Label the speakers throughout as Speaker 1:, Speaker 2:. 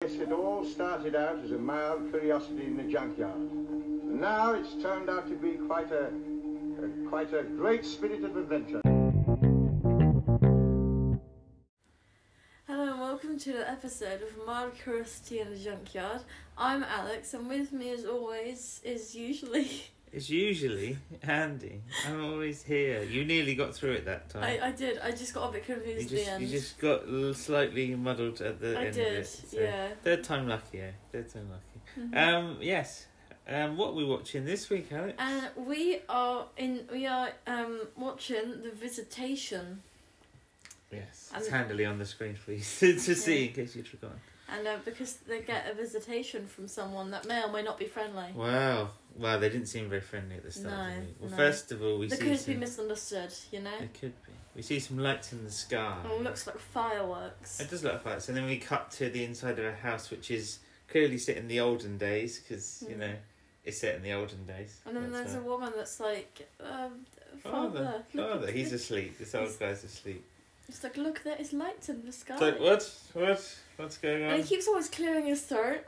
Speaker 1: it all started out as a mild curiosity in the junkyard. And now it's turned out to be quite a, a quite a great spirit of adventure.
Speaker 2: Hello and welcome to the episode of Mild Curiosity in the Junkyard. I'm Alex, and with me, as always, is usually
Speaker 3: It's usually Andy. I'm always here. You nearly got through it that time.
Speaker 2: I, I did. I just got a bit confused at
Speaker 3: you just
Speaker 2: the end.
Speaker 3: you just got l- slightly muddled at the
Speaker 2: I
Speaker 3: end of
Speaker 2: did.
Speaker 3: it. so-
Speaker 2: yeah.
Speaker 3: Third time lucky. Yeah. Third time lucky.
Speaker 2: Mhm.
Speaker 3: Um. Yes. Um. What are we watching this week, Alex?
Speaker 2: And we are in. We are um watching the Visitation,
Speaker 3: yes.
Speaker 2: and-
Speaker 3: It's handily on the screen, please, to to see in case you'd forgotten.
Speaker 2: and uh, because they get a visitation from someone that may or may not be friendly,
Speaker 3: Wow. Wow. They didn't seem very friendly at the start.
Speaker 2: No,
Speaker 3: did they? Well,
Speaker 2: no.
Speaker 3: first of all, we
Speaker 2: they
Speaker 3: see
Speaker 2: could
Speaker 3: some.
Speaker 2: be misunderstood. You know.
Speaker 3: They could be. We see some lights in the sky.
Speaker 2: Oh, looks like fireworks.
Speaker 3: It does look like that. And then we cut to the inside of a house, which is clearly set in the olden days, because you
Speaker 2: Mm.
Speaker 3: know it's set in the olden days.
Speaker 2: And then
Speaker 3: That's
Speaker 2: there's a
Speaker 3: why.
Speaker 2: woman that's like, um,
Speaker 3: father.
Speaker 2: father. look-
Speaker 3: Father, Oh, he's asleep. This old
Speaker 2: He's-
Speaker 3: guy's asleep.
Speaker 2: It's like, look, there is lights in the sky.
Speaker 3: It's like what? What? What's going
Speaker 2: And
Speaker 3: on?
Speaker 2: he keeps always clearing his throat.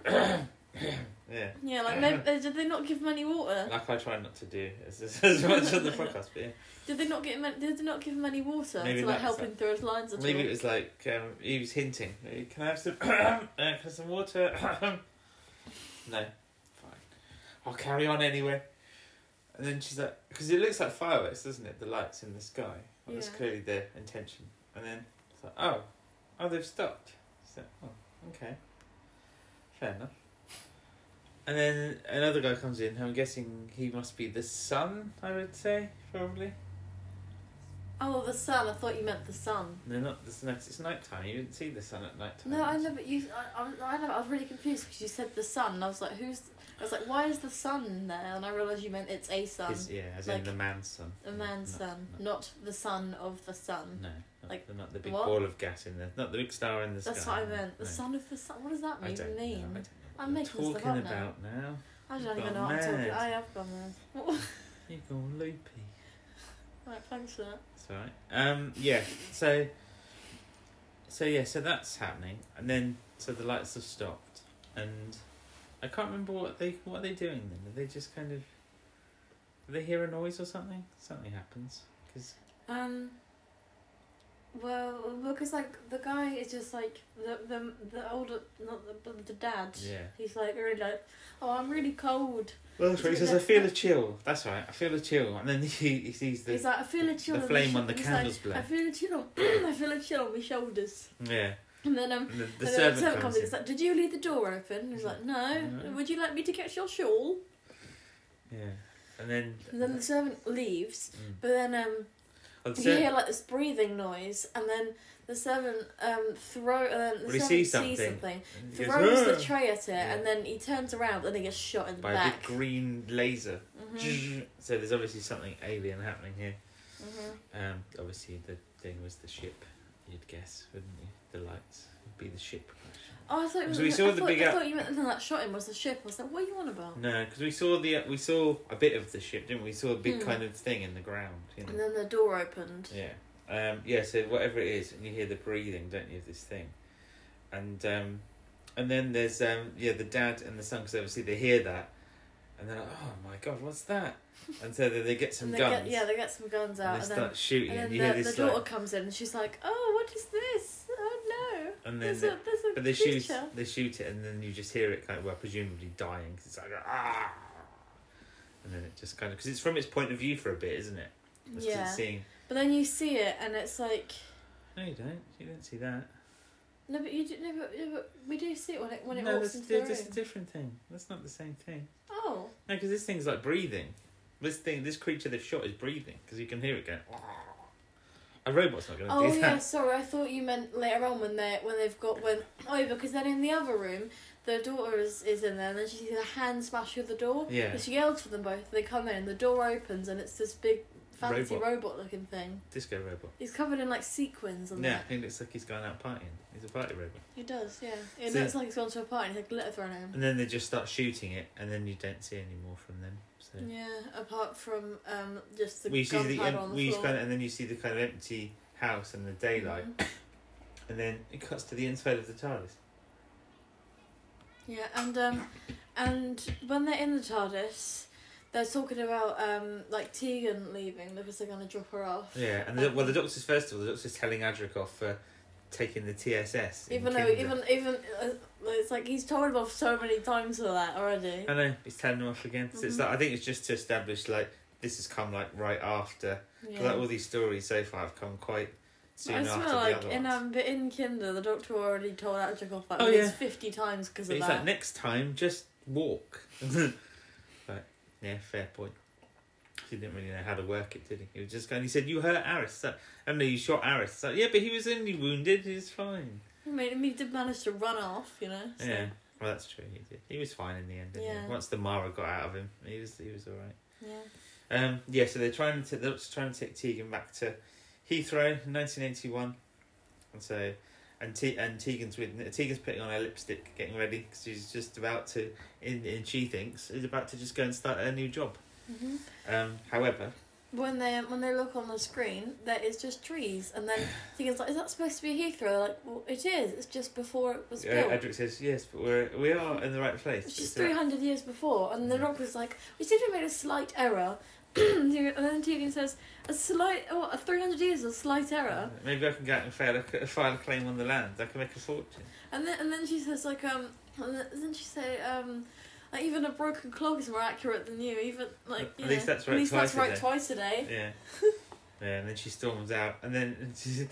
Speaker 3: Yeah,
Speaker 2: Yeah, like maybe, they, did they not give him any water?
Speaker 3: like I try not to do as, as much on the podcast, but yeah.
Speaker 2: Did they not get him? Did they not give him any water
Speaker 3: Maybe
Speaker 2: to like
Speaker 3: that's
Speaker 2: help
Speaker 3: it.
Speaker 2: him through his lines at
Speaker 3: maybe
Speaker 2: all?
Speaker 3: it was like um, he was hinting. "Hey, Can I have some? uh, can I have some water? no, fine. I'll carry on anyway. And then she's like, because it looks like fireworks, doesn't it? The lights in the sky. Well, That's
Speaker 2: Yeah.
Speaker 3: clearly their intention. And then it's like, oh, oh, they've stopped. So, oh, okay, fair enough. And then another guy comes in. I'm guessing he must be the son. I would say probably.
Speaker 2: Oh, the sun. I thought you meant the sun.
Speaker 3: No, not the sun. It's night time. You didn't see the sun at night time.
Speaker 2: No, I never. You, I, I, I never. I was really confused because you said the sun. And I was like, who's? I was like, why is the sun there? And I realised you meant it's a sun,
Speaker 3: His- yeah, as
Speaker 2: like,
Speaker 3: in the man's son.
Speaker 2: a man's sun,
Speaker 3: No,
Speaker 2: not the sun of the sun.
Speaker 3: no, not,
Speaker 2: Like,
Speaker 3: the, not the big
Speaker 2: what?
Speaker 3: ball of gas in there. Not the big star in the
Speaker 2: That's
Speaker 3: sky.
Speaker 2: what I meant. The
Speaker 3: No,
Speaker 2: sun of the sun. What does that
Speaker 3: I don't
Speaker 2: even
Speaker 3: know,
Speaker 2: mean?
Speaker 3: I don't know what
Speaker 2: I'm
Speaker 3: you're
Speaker 2: making stuff
Speaker 3: talking
Speaker 2: up now.
Speaker 3: about now.
Speaker 2: I don't
Speaker 3: You've
Speaker 2: even
Speaker 3: gone
Speaker 2: know what I'm talking.
Speaker 3: mad.
Speaker 2: I have gone there.
Speaker 3: You've gone loopy.
Speaker 2: right, thanks for that.
Speaker 3: It's alright. Um, yeah, so. So, yeah, so that's happening. And then, so the lights have stopped. And I can't remember what they what are they doing then. Are they just kind of. Do they hear a noise or something? Something happens. Because
Speaker 2: Um. Well, because like the guy is just like the the the older not the but the dad.
Speaker 3: Yeah.
Speaker 2: He's like really like, oh, I'm really cold.
Speaker 3: Well,
Speaker 2: It's
Speaker 3: that's right. He
Speaker 2: a bit
Speaker 3: says, "I
Speaker 2: less-
Speaker 3: feel a chill." That's right. I feel a chill, and then he, he sees the
Speaker 2: he's like, I feel a chill.
Speaker 3: the
Speaker 2: on
Speaker 3: flame
Speaker 2: my
Speaker 3: on the
Speaker 2: he's
Speaker 3: candles
Speaker 2: Like, I
Speaker 3: blare.
Speaker 2: feel a chill. On, I feel a chill on my shoulders.
Speaker 3: yeah.
Speaker 2: And then um.
Speaker 3: And the, the
Speaker 2: and then
Speaker 3: servant, comes in.
Speaker 2: He's like, "Did you leave the door open?" He's like, "No."
Speaker 3: No.
Speaker 2: Would you like me to get your shawl?
Speaker 3: yeah, and then
Speaker 2: And then the servant leaves.
Speaker 3: Mm.
Speaker 2: But then um,
Speaker 3: Oh, the
Speaker 2: you
Speaker 3: ser-
Speaker 2: hear like this breathing noise, and then the servant um throw. And then the
Speaker 3: Well, he
Speaker 2: servant Sees
Speaker 3: sees something.
Speaker 2: something.
Speaker 3: and he goes,
Speaker 2: throws
Speaker 3: "Ah!"
Speaker 2: the tray at it,
Speaker 3: Yeah.
Speaker 2: and then he turns around and he gets shot in the
Speaker 3: by
Speaker 2: back.
Speaker 3: the green laser.
Speaker 2: Mhm,
Speaker 3: So there's obviously something alien happening here.
Speaker 2: mhm.
Speaker 3: Um, obviously the thing was the ship. You'd guess, wouldn't you? The lights would be the ship.
Speaker 2: Oh, I thought, it was,
Speaker 3: So we saw
Speaker 2: I,
Speaker 3: the
Speaker 2: thought,
Speaker 3: big
Speaker 2: I
Speaker 3: out-
Speaker 2: thought you meant the thing that shot him was the ship. I was like, what are you on about?
Speaker 3: No, because we saw the we saw a bit of the ship, didn't we? We saw a big
Speaker 2: Hmm.
Speaker 3: kind of thing in the ground. You know?
Speaker 2: And then the door opened.
Speaker 3: Yeah. Um, yeah, so whatever it is, and you hear the breathing, don't you, of this thing. And um, and then there's um, yeah, the dad and the son, because obviously they hear that. And they're like, oh my god, what's that? And so they, they get some
Speaker 2: and they
Speaker 3: guns.
Speaker 2: Get, yeah, they get some guns out,
Speaker 3: and
Speaker 2: and,
Speaker 3: they
Speaker 2: then,
Speaker 3: start shooting.
Speaker 2: and
Speaker 3: And,
Speaker 2: then
Speaker 3: you hear
Speaker 2: the,
Speaker 3: this
Speaker 2: the daughter
Speaker 3: like,
Speaker 2: comes in and she's like, oh, what is this? Oh no,
Speaker 3: and then
Speaker 2: there's
Speaker 3: they,
Speaker 2: a there's a
Speaker 3: but they
Speaker 2: creature.
Speaker 3: shoot they shoot it, and then you just hear it kind of well, presumably dying, 'cause it's like ah. And then it just kind of because it's from its point of view for a bit, isn't it? 'Cause It's
Speaker 2: Yeah,
Speaker 3: seeing.
Speaker 2: but then you see it, and it's like.
Speaker 3: No, you don't. You don't see that.
Speaker 2: No, but you do, no, but, no, but we do see it when it when it
Speaker 3: no,
Speaker 2: walks
Speaker 3: that's,
Speaker 2: into the room.
Speaker 3: that's a different thing. That's not the same thing.
Speaker 2: Oh,
Speaker 3: No, because this thing's like breathing. This thing, this creature they've shot is breathing because you can hear it going. A robot's not going to
Speaker 2: Oh
Speaker 3: do
Speaker 2: yeah,
Speaker 3: that.
Speaker 2: sorry. I thought you meant later on when they when they've got when oh yeah, because then in the other room the daughter is, is in there and then she sees a hand smash through the door.
Speaker 3: Yeah.
Speaker 2: And she yells for them both. They come in and the door opens and it's this big fancy
Speaker 3: Robot.
Speaker 2: robot looking thing.
Speaker 3: Disco robot.
Speaker 2: He's covered in like sequins and
Speaker 3: Yeah,
Speaker 2: that.
Speaker 3: he looks like he's going out partying. He's a party robot.
Speaker 2: He does, yeah. It
Speaker 3: So-
Speaker 2: looks like he's gone to a party and he's had glitter thrown at him.
Speaker 3: And then they just start shooting it, and then you don't see any more from them. So
Speaker 2: Yeah, apart from um just the
Speaker 3: we see the,
Speaker 2: gunpowder
Speaker 3: em-
Speaker 2: on the
Speaker 3: we
Speaker 2: floor.
Speaker 3: kind of, and then you see the kind of empty house and the daylight,
Speaker 2: Mhm.
Speaker 3: and then it cuts to the inside of the TARDIS.
Speaker 2: Yeah, and um, and when they're in the TARDIS, they're talking about um, like Tegan leaving because they're gonna drop her off.
Speaker 3: Yeah, and the, well, the doctor's first of all, the doctor's telling Adric off for taking the TSS. in
Speaker 2: Even though,
Speaker 3: Kingdom.
Speaker 2: even even uh, it's like he's told him off so many times for that already.
Speaker 3: I know he's telling him off again. So it's
Speaker 2: Mhm.
Speaker 3: like I think it's just to establish like this has come like right after. 'Cause,
Speaker 2: Yeah.
Speaker 3: Like all these stories so far have come quite soon
Speaker 2: I
Speaker 3: after
Speaker 2: swear, like
Speaker 3: the other
Speaker 2: in
Speaker 3: ones.
Speaker 2: um, but in Kinder, the Doctor already told Adric off like
Speaker 3: Oh,
Speaker 2: at least
Speaker 3: yeah.
Speaker 2: fifty times because
Speaker 3: But
Speaker 2: of
Speaker 3: he's
Speaker 2: that.
Speaker 3: like next time, just walk. but yeah, fair point. He didn't really know how to work it, did he? He was just going. He said, "You hurt Aris." So, I mean, you shot Aris. So, yeah, but he was only wounded. He was fine.
Speaker 2: I mean, he did manage to run off, you know. so-
Speaker 3: Yeah. Well, that's true. He did. He was fine in the end. Didn't
Speaker 2: Yeah.
Speaker 3: he? Once the Mara got out of him, he was he was all right.
Speaker 2: yeah.
Speaker 3: Um, yeah, so they're trying to they're just trying to take Tegan back to Heathrow, in nineteen eighty one, and so and Te- and Tegan's with Tegan's putting on her lipstick, getting ready because she's just about to in and she thinks is about to just go and start a new job.
Speaker 2: hmm
Speaker 3: Um, however,
Speaker 2: When they when they look on the screen, there is just trees, and then Tegan's like, "Is that supposed to be Heathrow?" They're like, "Well, it is. It's just before it was
Speaker 3: uh,
Speaker 2: built.
Speaker 3: Edric says yes, but we're we are in the right place.
Speaker 2: It's
Speaker 3: But
Speaker 2: just
Speaker 3: it's
Speaker 2: three hundred years before." And the
Speaker 3: Yeah.
Speaker 2: Doctor's like, "We seem to have made a slight error." and then Tegan says, "A slight, oh, three hundred years, a slight
Speaker 3: a-
Speaker 2: error."
Speaker 3: Maybe I can go out and file a, file a claim on the land. I can make a fortune.
Speaker 2: And then and then she says like um and then, doesn't she say um like even a broken clock is more accurate than you even like
Speaker 3: At
Speaker 2: you
Speaker 3: least
Speaker 2: know,
Speaker 3: that's right
Speaker 2: at least that's
Speaker 3: twice a
Speaker 2: right
Speaker 3: day.
Speaker 2: twice a day.
Speaker 3: Yeah. yeah, and then she storms out, and then and, she,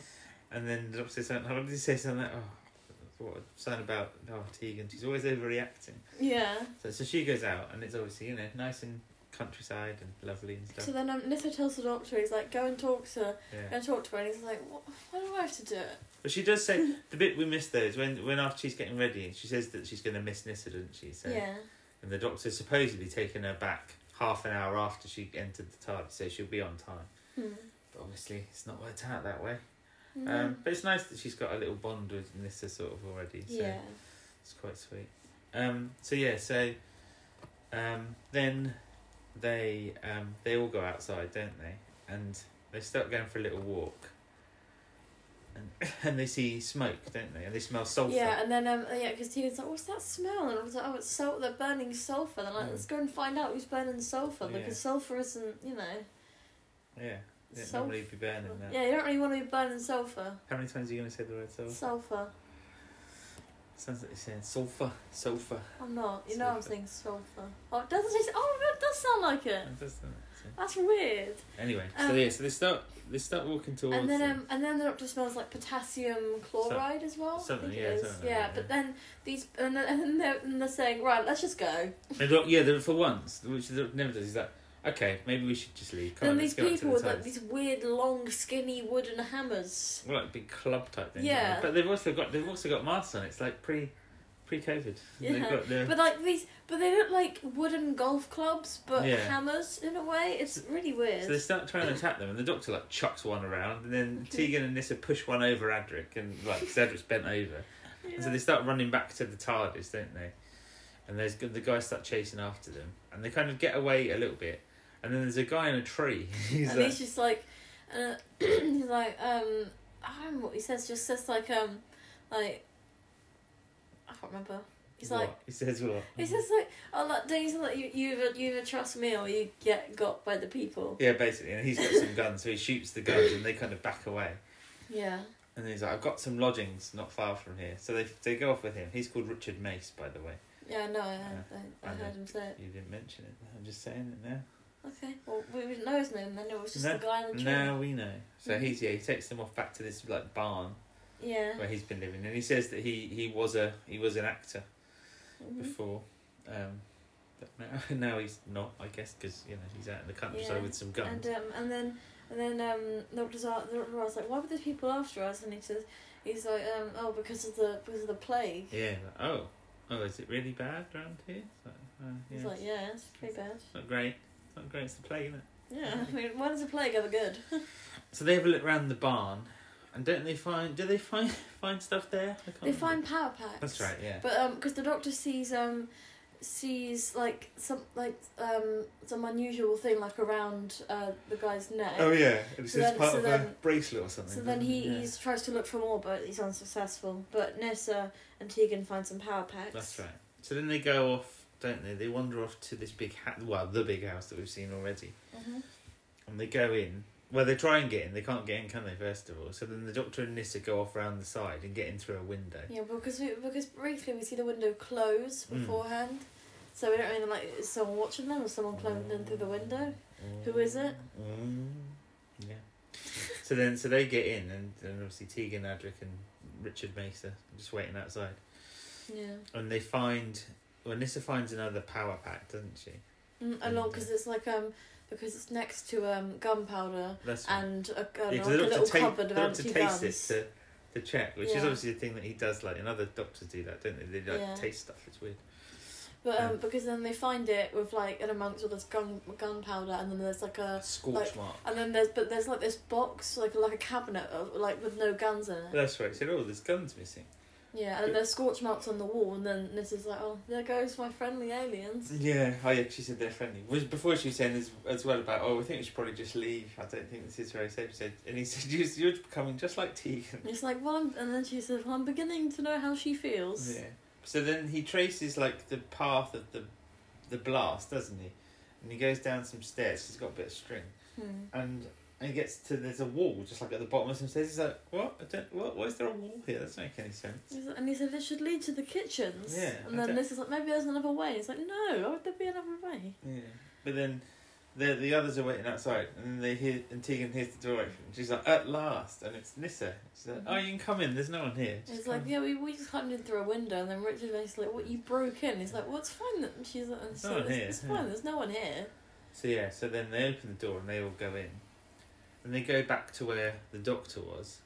Speaker 3: and then the doctor says something. How did he say something? Like, oh, what something about oh Tegan? She's always overreacting.
Speaker 2: Yeah.
Speaker 3: So so she goes out, and it's obviously you know nice and countryside and lovely and stuff.
Speaker 2: So then um, Nitha tells the doctor he's like go and talk to her, go
Speaker 3: yeah.
Speaker 2: and talk to her and he's like what, why do I have to do it?
Speaker 3: But she does say the bit we missed though is when when after she's getting ready, she says that she's going to miss Nissa, doesn't she? So
Speaker 2: Yeah.
Speaker 3: and the doctor's supposedly taking her back half an hour after she entered the TARDIS, so she'll be on time.
Speaker 2: Hmm.
Speaker 3: But obviously, it's not worked out that way.
Speaker 2: No.
Speaker 3: Um, but it's nice that she's got a little bond with Nissa sort of already. So.
Speaker 2: yeah.
Speaker 3: It's quite sweet. Um, so yeah, so um, then they um, they all go outside, don't they? And they start going for a little walk. And, and they see smoke, don't they? And they smell sulfur.
Speaker 2: Yeah, and then um yeah, because Tegan's like, what's that smell? And I was like, oh, it's salt. They're burning sulfur. They're like,
Speaker 3: Hmm.
Speaker 2: let's go and find out who's burning sulfur
Speaker 3: Yeah.
Speaker 2: because sulfur isn't, you know,
Speaker 3: Yeah. They don't
Speaker 2: sulfur.
Speaker 3: normally be burning that.
Speaker 2: Yeah, you don't really want to be burning sulfur.
Speaker 3: How many times are you going to say the word sulfur?
Speaker 2: Sulfur.
Speaker 3: Sounds like you're saying sulfur, sulfur.
Speaker 2: I'm not. You know I'm
Speaker 3: Sulfur.
Speaker 2: saying sulfur. Oh, it doesn't say. Oh, it does sound like it.
Speaker 3: That doesn't it? So-
Speaker 2: That's weird.
Speaker 3: Anyway, so
Speaker 2: Um,
Speaker 3: yeah, so they start they start walking towards.
Speaker 2: And then
Speaker 3: them.
Speaker 2: um, and then the doctor smells like potassium chloride as well.
Speaker 3: something,
Speaker 2: I think
Speaker 3: yeah,
Speaker 2: it is.
Speaker 3: something like
Speaker 2: yeah,
Speaker 3: that,
Speaker 2: but
Speaker 3: yeah.
Speaker 2: then these and then, and then they're, and they're saying right, let's just go.
Speaker 3: They don't- yeah, they're- for once, which they never does, is that okay? Maybe we should just leave. Come
Speaker 2: then
Speaker 3: on,
Speaker 2: these
Speaker 3: let's go up to
Speaker 2: people
Speaker 3: the
Speaker 2: with like
Speaker 3: TARDIS.
Speaker 2: these weird long skinny wooden hammers.
Speaker 3: Well, like big club type thing.
Speaker 2: Yeah.
Speaker 3: But they've also got they've also got masks on. It's like pre pre COVID. They've
Speaker 2: Yeah,
Speaker 3: got their,
Speaker 2: But like these, but they look like wooden golf clubs, but
Speaker 3: Yeah.
Speaker 2: hammers in a way. It's really
Speaker 3: so
Speaker 2: weird.
Speaker 3: they start trying to attack them, and the doctor like chucks one around, and then Tegan and Nissa push one over Adric, and like 'cause Adric's bent over, and so
Speaker 2: Yeah.
Speaker 3: they start running back to the TARDIS, don't they? And there's the guys start chasing after them, and they kind of get away a little bit, and then there's a guy in a tree. He's
Speaker 2: and
Speaker 3: like,
Speaker 2: he's just like, uh, he's like, um, I don't know what he says. Just says like, um, like, I can't remember. He's
Speaker 3: "What?"
Speaker 2: like,
Speaker 3: he says what?
Speaker 2: he says like, oh, like, don't you, like, you, you either, you either trust me or you get got by the people.
Speaker 3: Yeah, basically, and he's got some guns, so he shoots the guns, and they kind of back away.
Speaker 2: Yeah.
Speaker 3: And he's like, I've got some lodgings not far from here. So they, they go off with him. He's called Richard Mace, by the way.
Speaker 2: Yeah, no, I heard, I, I
Speaker 3: I know.
Speaker 2: heard him say it.
Speaker 3: You didn't mention it. I'm just saying it now.
Speaker 2: Okay. Well, we didn't know his name then. It was just
Speaker 3: No,
Speaker 2: the guy in the tree.
Speaker 3: Now we know.
Speaker 2: Mm-hmm.
Speaker 3: So he's yeah, he takes them off back to this like barn
Speaker 2: Yeah.
Speaker 3: where he's been living, and he says that he, he was a he was an actor
Speaker 2: Mhm.
Speaker 3: before, um, but now now he's not, I guess, because you know he's out in the countryside
Speaker 2: Yeah,
Speaker 3: with some guns.
Speaker 2: And um, and then and then um, the doctor's out, the doctor was like, why were those people after us? And he says, he's like, um, oh, because of the because of the plague.
Speaker 3: yeah. like, oh, oh, is it really bad around here? It's like, uh, yeah,
Speaker 2: He's like, yeah, it's pretty bad.
Speaker 3: it's not great. It's not great. It's the plague, isn't it?
Speaker 2: Yeah, I mean, when is a plague ever good?
Speaker 3: So they have a look round the barn, and don't they find? Do they find find stuff there? I can't
Speaker 2: they
Speaker 3: remember.
Speaker 2: find power packs.
Speaker 3: Oh That's right. Yeah.
Speaker 2: But um, because the doctor sees um, sees like some like um some unusual thing like around uh the guy's neck.
Speaker 3: Oh, yeah, and
Speaker 2: uh, So says then- part so of a then-
Speaker 3: bracelet or something.
Speaker 2: So then he he's, tries to look for more, but he's unsuccessful. But Nessa and Tegan find some power packs.
Speaker 3: That's right. So then they go off, don't they? They wander off to this big ha- well, the big house that we've seen already,
Speaker 2: hmm
Speaker 3: and they go in. Well, they try and get in. They can't get in, can they? First of all, so then the doctor and Nissa go off round the side and get in through a window.
Speaker 2: Yeah, because we, because briefly we see the window close
Speaker 3: Mm.
Speaker 2: beforehand, so we don't really like is someone watching them or someone climbing in through the window. Who is it?
Speaker 3: Mm, yeah. so then, so they get in, and, and obviously Tegan Adric and Richard Mesa just waiting outside,
Speaker 2: Yeah,
Speaker 3: and they find. Well, Nissa finds another power pack, doesn't she?
Speaker 2: mm, and all because it's like um because it's next to um gunpowder
Speaker 3: That's right.
Speaker 2: and a, and like
Speaker 3: Yeah, 'cause
Speaker 2: a
Speaker 3: the doctor
Speaker 2: little
Speaker 3: ta-
Speaker 2: cupboard
Speaker 3: the
Speaker 2: of
Speaker 3: doctor
Speaker 2: empty
Speaker 3: tastes
Speaker 2: guns.
Speaker 3: it to, to check, which is
Speaker 2: Yeah.
Speaker 3: obviously the thing that he does. Like, and other doctors do that, don't they? They like
Speaker 2: Yeah.
Speaker 3: taste stuff. It's weird.
Speaker 2: But um,
Speaker 3: Um,
Speaker 2: because then they find it with like and amongst all this gun gunpowder, and then there's like a
Speaker 3: Scorch
Speaker 2: Uh, like-
Speaker 3: mark.
Speaker 2: and then there's but there's like this box like like a cabinet of, like with no guns in it.
Speaker 3: That's right. So oh, there's guns missing.
Speaker 2: Yeah, and then there's scorch marks on the wall, and then this is like, oh, there goes my friendly aliens.
Speaker 3: Yeah, oh yeah, she said they're friendly. Which before she was saying this as well about, oh, I think we should probably just leave. I don't think this is very safe. She Said, and he said, you, you're becoming just like Tegan.
Speaker 2: And it's like, well, I'm, and then she says, well, I'm beginning to know how she feels.
Speaker 3: Yeah. So then he traces like the path of the, the blast, doesn't he? And he goes down some stairs. He's got a bit of string,
Speaker 2: Hmm.
Speaker 3: and and he gets to there's a wall just like at the bottom of some stairs. He's like, what? I don't. What? Why is there a wall here? That's make any sense.
Speaker 2: He's like- And he said, this should lead to the kitchens.
Speaker 3: Yeah,
Speaker 2: And
Speaker 3: I
Speaker 2: then
Speaker 3: don't-
Speaker 2: this is like, maybe there's another way. It's like, no, why would there be another way?
Speaker 3: Yeah. But then the the others are waiting outside and then they hear and Tegan hears the door open. She's like, At last and it's Nissa. She's like, Oh you can come in, there's no one here. Just
Speaker 2: It's
Speaker 3: come
Speaker 2: like,
Speaker 3: in.
Speaker 2: yeah, we, we just climbed in through a window, and then Richard Mason like, what, you broke in? He's like, well, it's fine. That, and she's like, it's,
Speaker 3: No one
Speaker 2: it's,
Speaker 3: here,
Speaker 2: it's
Speaker 3: yeah.
Speaker 2: fine, there's no one here.
Speaker 3: So yeah, so then they open the door and they all go in. And they go back to where the doctor was.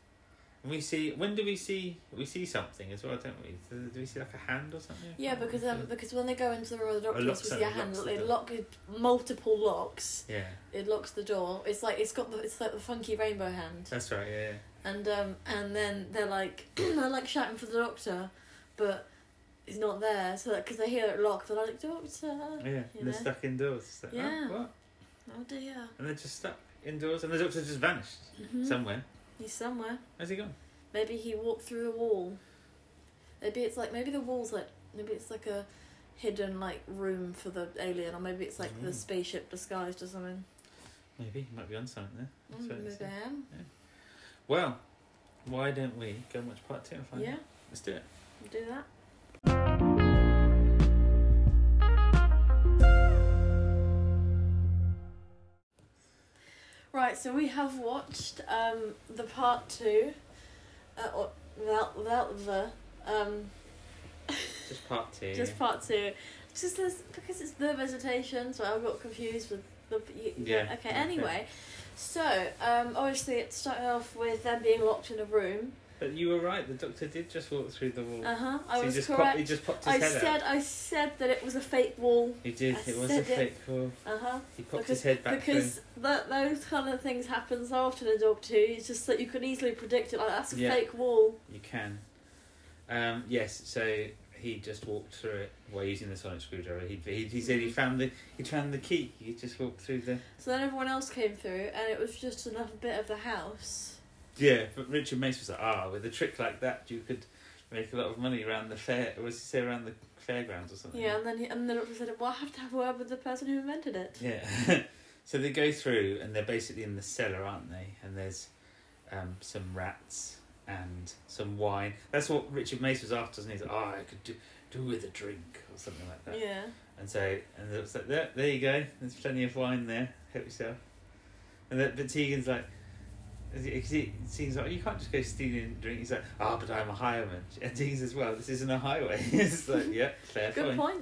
Speaker 3: And we see when do we see we see something as well, don't we? Do do we see like a hand or something? I
Speaker 2: Yeah,
Speaker 3: can't
Speaker 2: because um,
Speaker 3: remember.
Speaker 2: because when they go into the room of the
Speaker 3: Oh,
Speaker 2: doctors, we
Speaker 3: locks it,
Speaker 2: see a
Speaker 3: it
Speaker 2: hand,
Speaker 3: locks
Speaker 2: they
Speaker 3: the
Speaker 2: lock it, multiple locks.
Speaker 3: Yeah.
Speaker 2: It locks the door. It's like, it's got the, it's like the funky rainbow hand.
Speaker 3: That's right, yeah, yeah.
Speaker 2: and um and then they're like they're like shouting for the doctor, but he's not there. So because they hear it locked, they're like doctor. oh
Speaker 3: Yeah. And they're
Speaker 2: Yeah.
Speaker 3: stuck indoors. It's like, oh,
Speaker 2: Yeah.
Speaker 3: what?
Speaker 2: Oh dear.
Speaker 3: And they're just stuck indoors and the doctor just vanished
Speaker 2: Mhm.
Speaker 3: somewhere.
Speaker 2: he's somewhere.
Speaker 3: Where's he gone?
Speaker 2: Maybe he walked through the wall. Maybe it's like maybe the wall's like maybe it's like a hidden like room for the alien, or maybe it's like the
Speaker 3: Mm.
Speaker 2: spaceship disguised or something.
Speaker 3: Maybe he might be on something there. That's
Speaker 2: Mm,
Speaker 3: what it
Speaker 2: maybe
Speaker 3: says.
Speaker 2: I am.
Speaker 3: Well, why don't we go and watch part two and find
Speaker 2: Yeah,
Speaker 3: out? Let's do it.
Speaker 2: we'll do that. Right, so we have watched um, the part two, uh, or without, without the, um,
Speaker 3: Just part two.
Speaker 2: just part two. Just as, because it's the visitation, so I got confused with the. y-
Speaker 3: Yeah,
Speaker 2: Okay,
Speaker 3: okay.
Speaker 2: anyway, so um, obviously it started off with them being locked in a room.
Speaker 3: But you were right. The doctor did just walk through the wall.
Speaker 2: Uh huh, I
Speaker 3: Mm. so
Speaker 2: was
Speaker 3: he just
Speaker 2: correct.
Speaker 3: Popped, he just popped his
Speaker 2: I
Speaker 3: head
Speaker 2: said
Speaker 3: out.
Speaker 2: I said that it was a fake wall.
Speaker 3: He did.
Speaker 2: I
Speaker 3: it was a
Speaker 2: said it.
Speaker 3: fake wall.
Speaker 2: Uh huh.
Speaker 3: He popped his head back
Speaker 2: because that those kind of things happen so often in Dog Two. It's just that you can easily predict it. Like that's a
Speaker 3: Yeah.
Speaker 2: fake wall.
Speaker 3: through. You can. Um, yes. So he just walked through it while using the sonic screwdriver. He, he, he said he found the he found the key. He just walked through the.
Speaker 2: So then everyone else came through, and it was just another bit of the house.
Speaker 3: Yeah, but Richard Mace was like, ah, with a trick like that, you could make a lot of money around the fair. Was he say around the fairgrounds or something?
Speaker 2: Yeah, and then he, and the doctor said, "Well, I have to have a word with the person who invented it."
Speaker 3: Yeah. so they go through and they're basically in the cellar, aren't they? And there's um, some rats and some wine. That's what Richard Mace was after, and he's like, oh, I could do, do with a drink or something like that.
Speaker 2: Yeah.
Speaker 3: And so, and it's like, there, there you go. There's plenty of wine there. Help yourself. And then, but Tegan's like, is he- 'cause he seems like you can't just go stealing drink. He's like, ah, but I'm a highwayman. And Tegan says, well, this isn't a highway. it's like, yeah, fair
Speaker 2: Good
Speaker 3: point.
Speaker 2: point.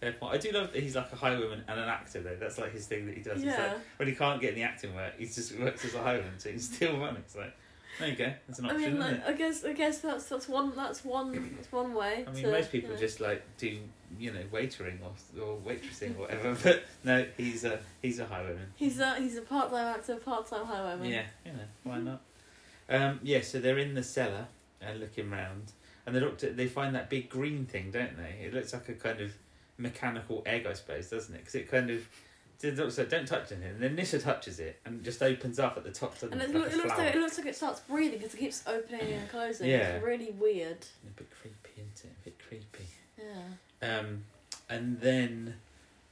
Speaker 3: Fair point. I do love that he's like a highwayman and an actor though. That's like his thing that he does. It's
Speaker 2: yeah.
Speaker 3: like when he can't get any acting work, he just works as a highwayman, so he can steal money. It's like there you go. That's an
Speaker 2: I
Speaker 3: option,
Speaker 2: mean,
Speaker 3: isn't
Speaker 2: like,
Speaker 3: it?
Speaker 2: I guess I guess that's that's one that's one that's one way.
Speaker 3: I mean,
Speaker 2: to,
Speaker 3: most
Speaker 2: you
Speaker 3: people
Speaker 2: know.
Speaker 3: just like do you know waitering or or waitressing or whatever. But no, he's a he's a highwayman.
Speaker 2: He's a he's a part time actor, part time highwayman.
Speaker 3: Yeah, you know why
Speaker 2: Mm-hmm.
Speaker 3: not? Um, yeah, so they're in the cellar and looking round, and the doctor they find that big green thing, don't they? It looks like a kind of mechanical egg, I suppose, doesn't it? Because it kind of the doctor said, "Don't touch anything." And then Nissa touches it and it just opens up at the top. Doesn't
Speaker 2: And
Speaker 3: it?
Speaker 2: it,
Speaker 3: Like
Speaker 2: loo-
Speaker 3: a
Speaker 2: it looks
Speaker 3: flower.
Speaker 2: like it looks like it starts breathing because it keeps opening and closing.
Speaker 3: Yeah.
Speaker 2: It's really weird.
Speaker 3: A bit creepy, isn't it? A bit creepy.
Speaker 2: Yeah.
Speaker 3: Um, Um, and then,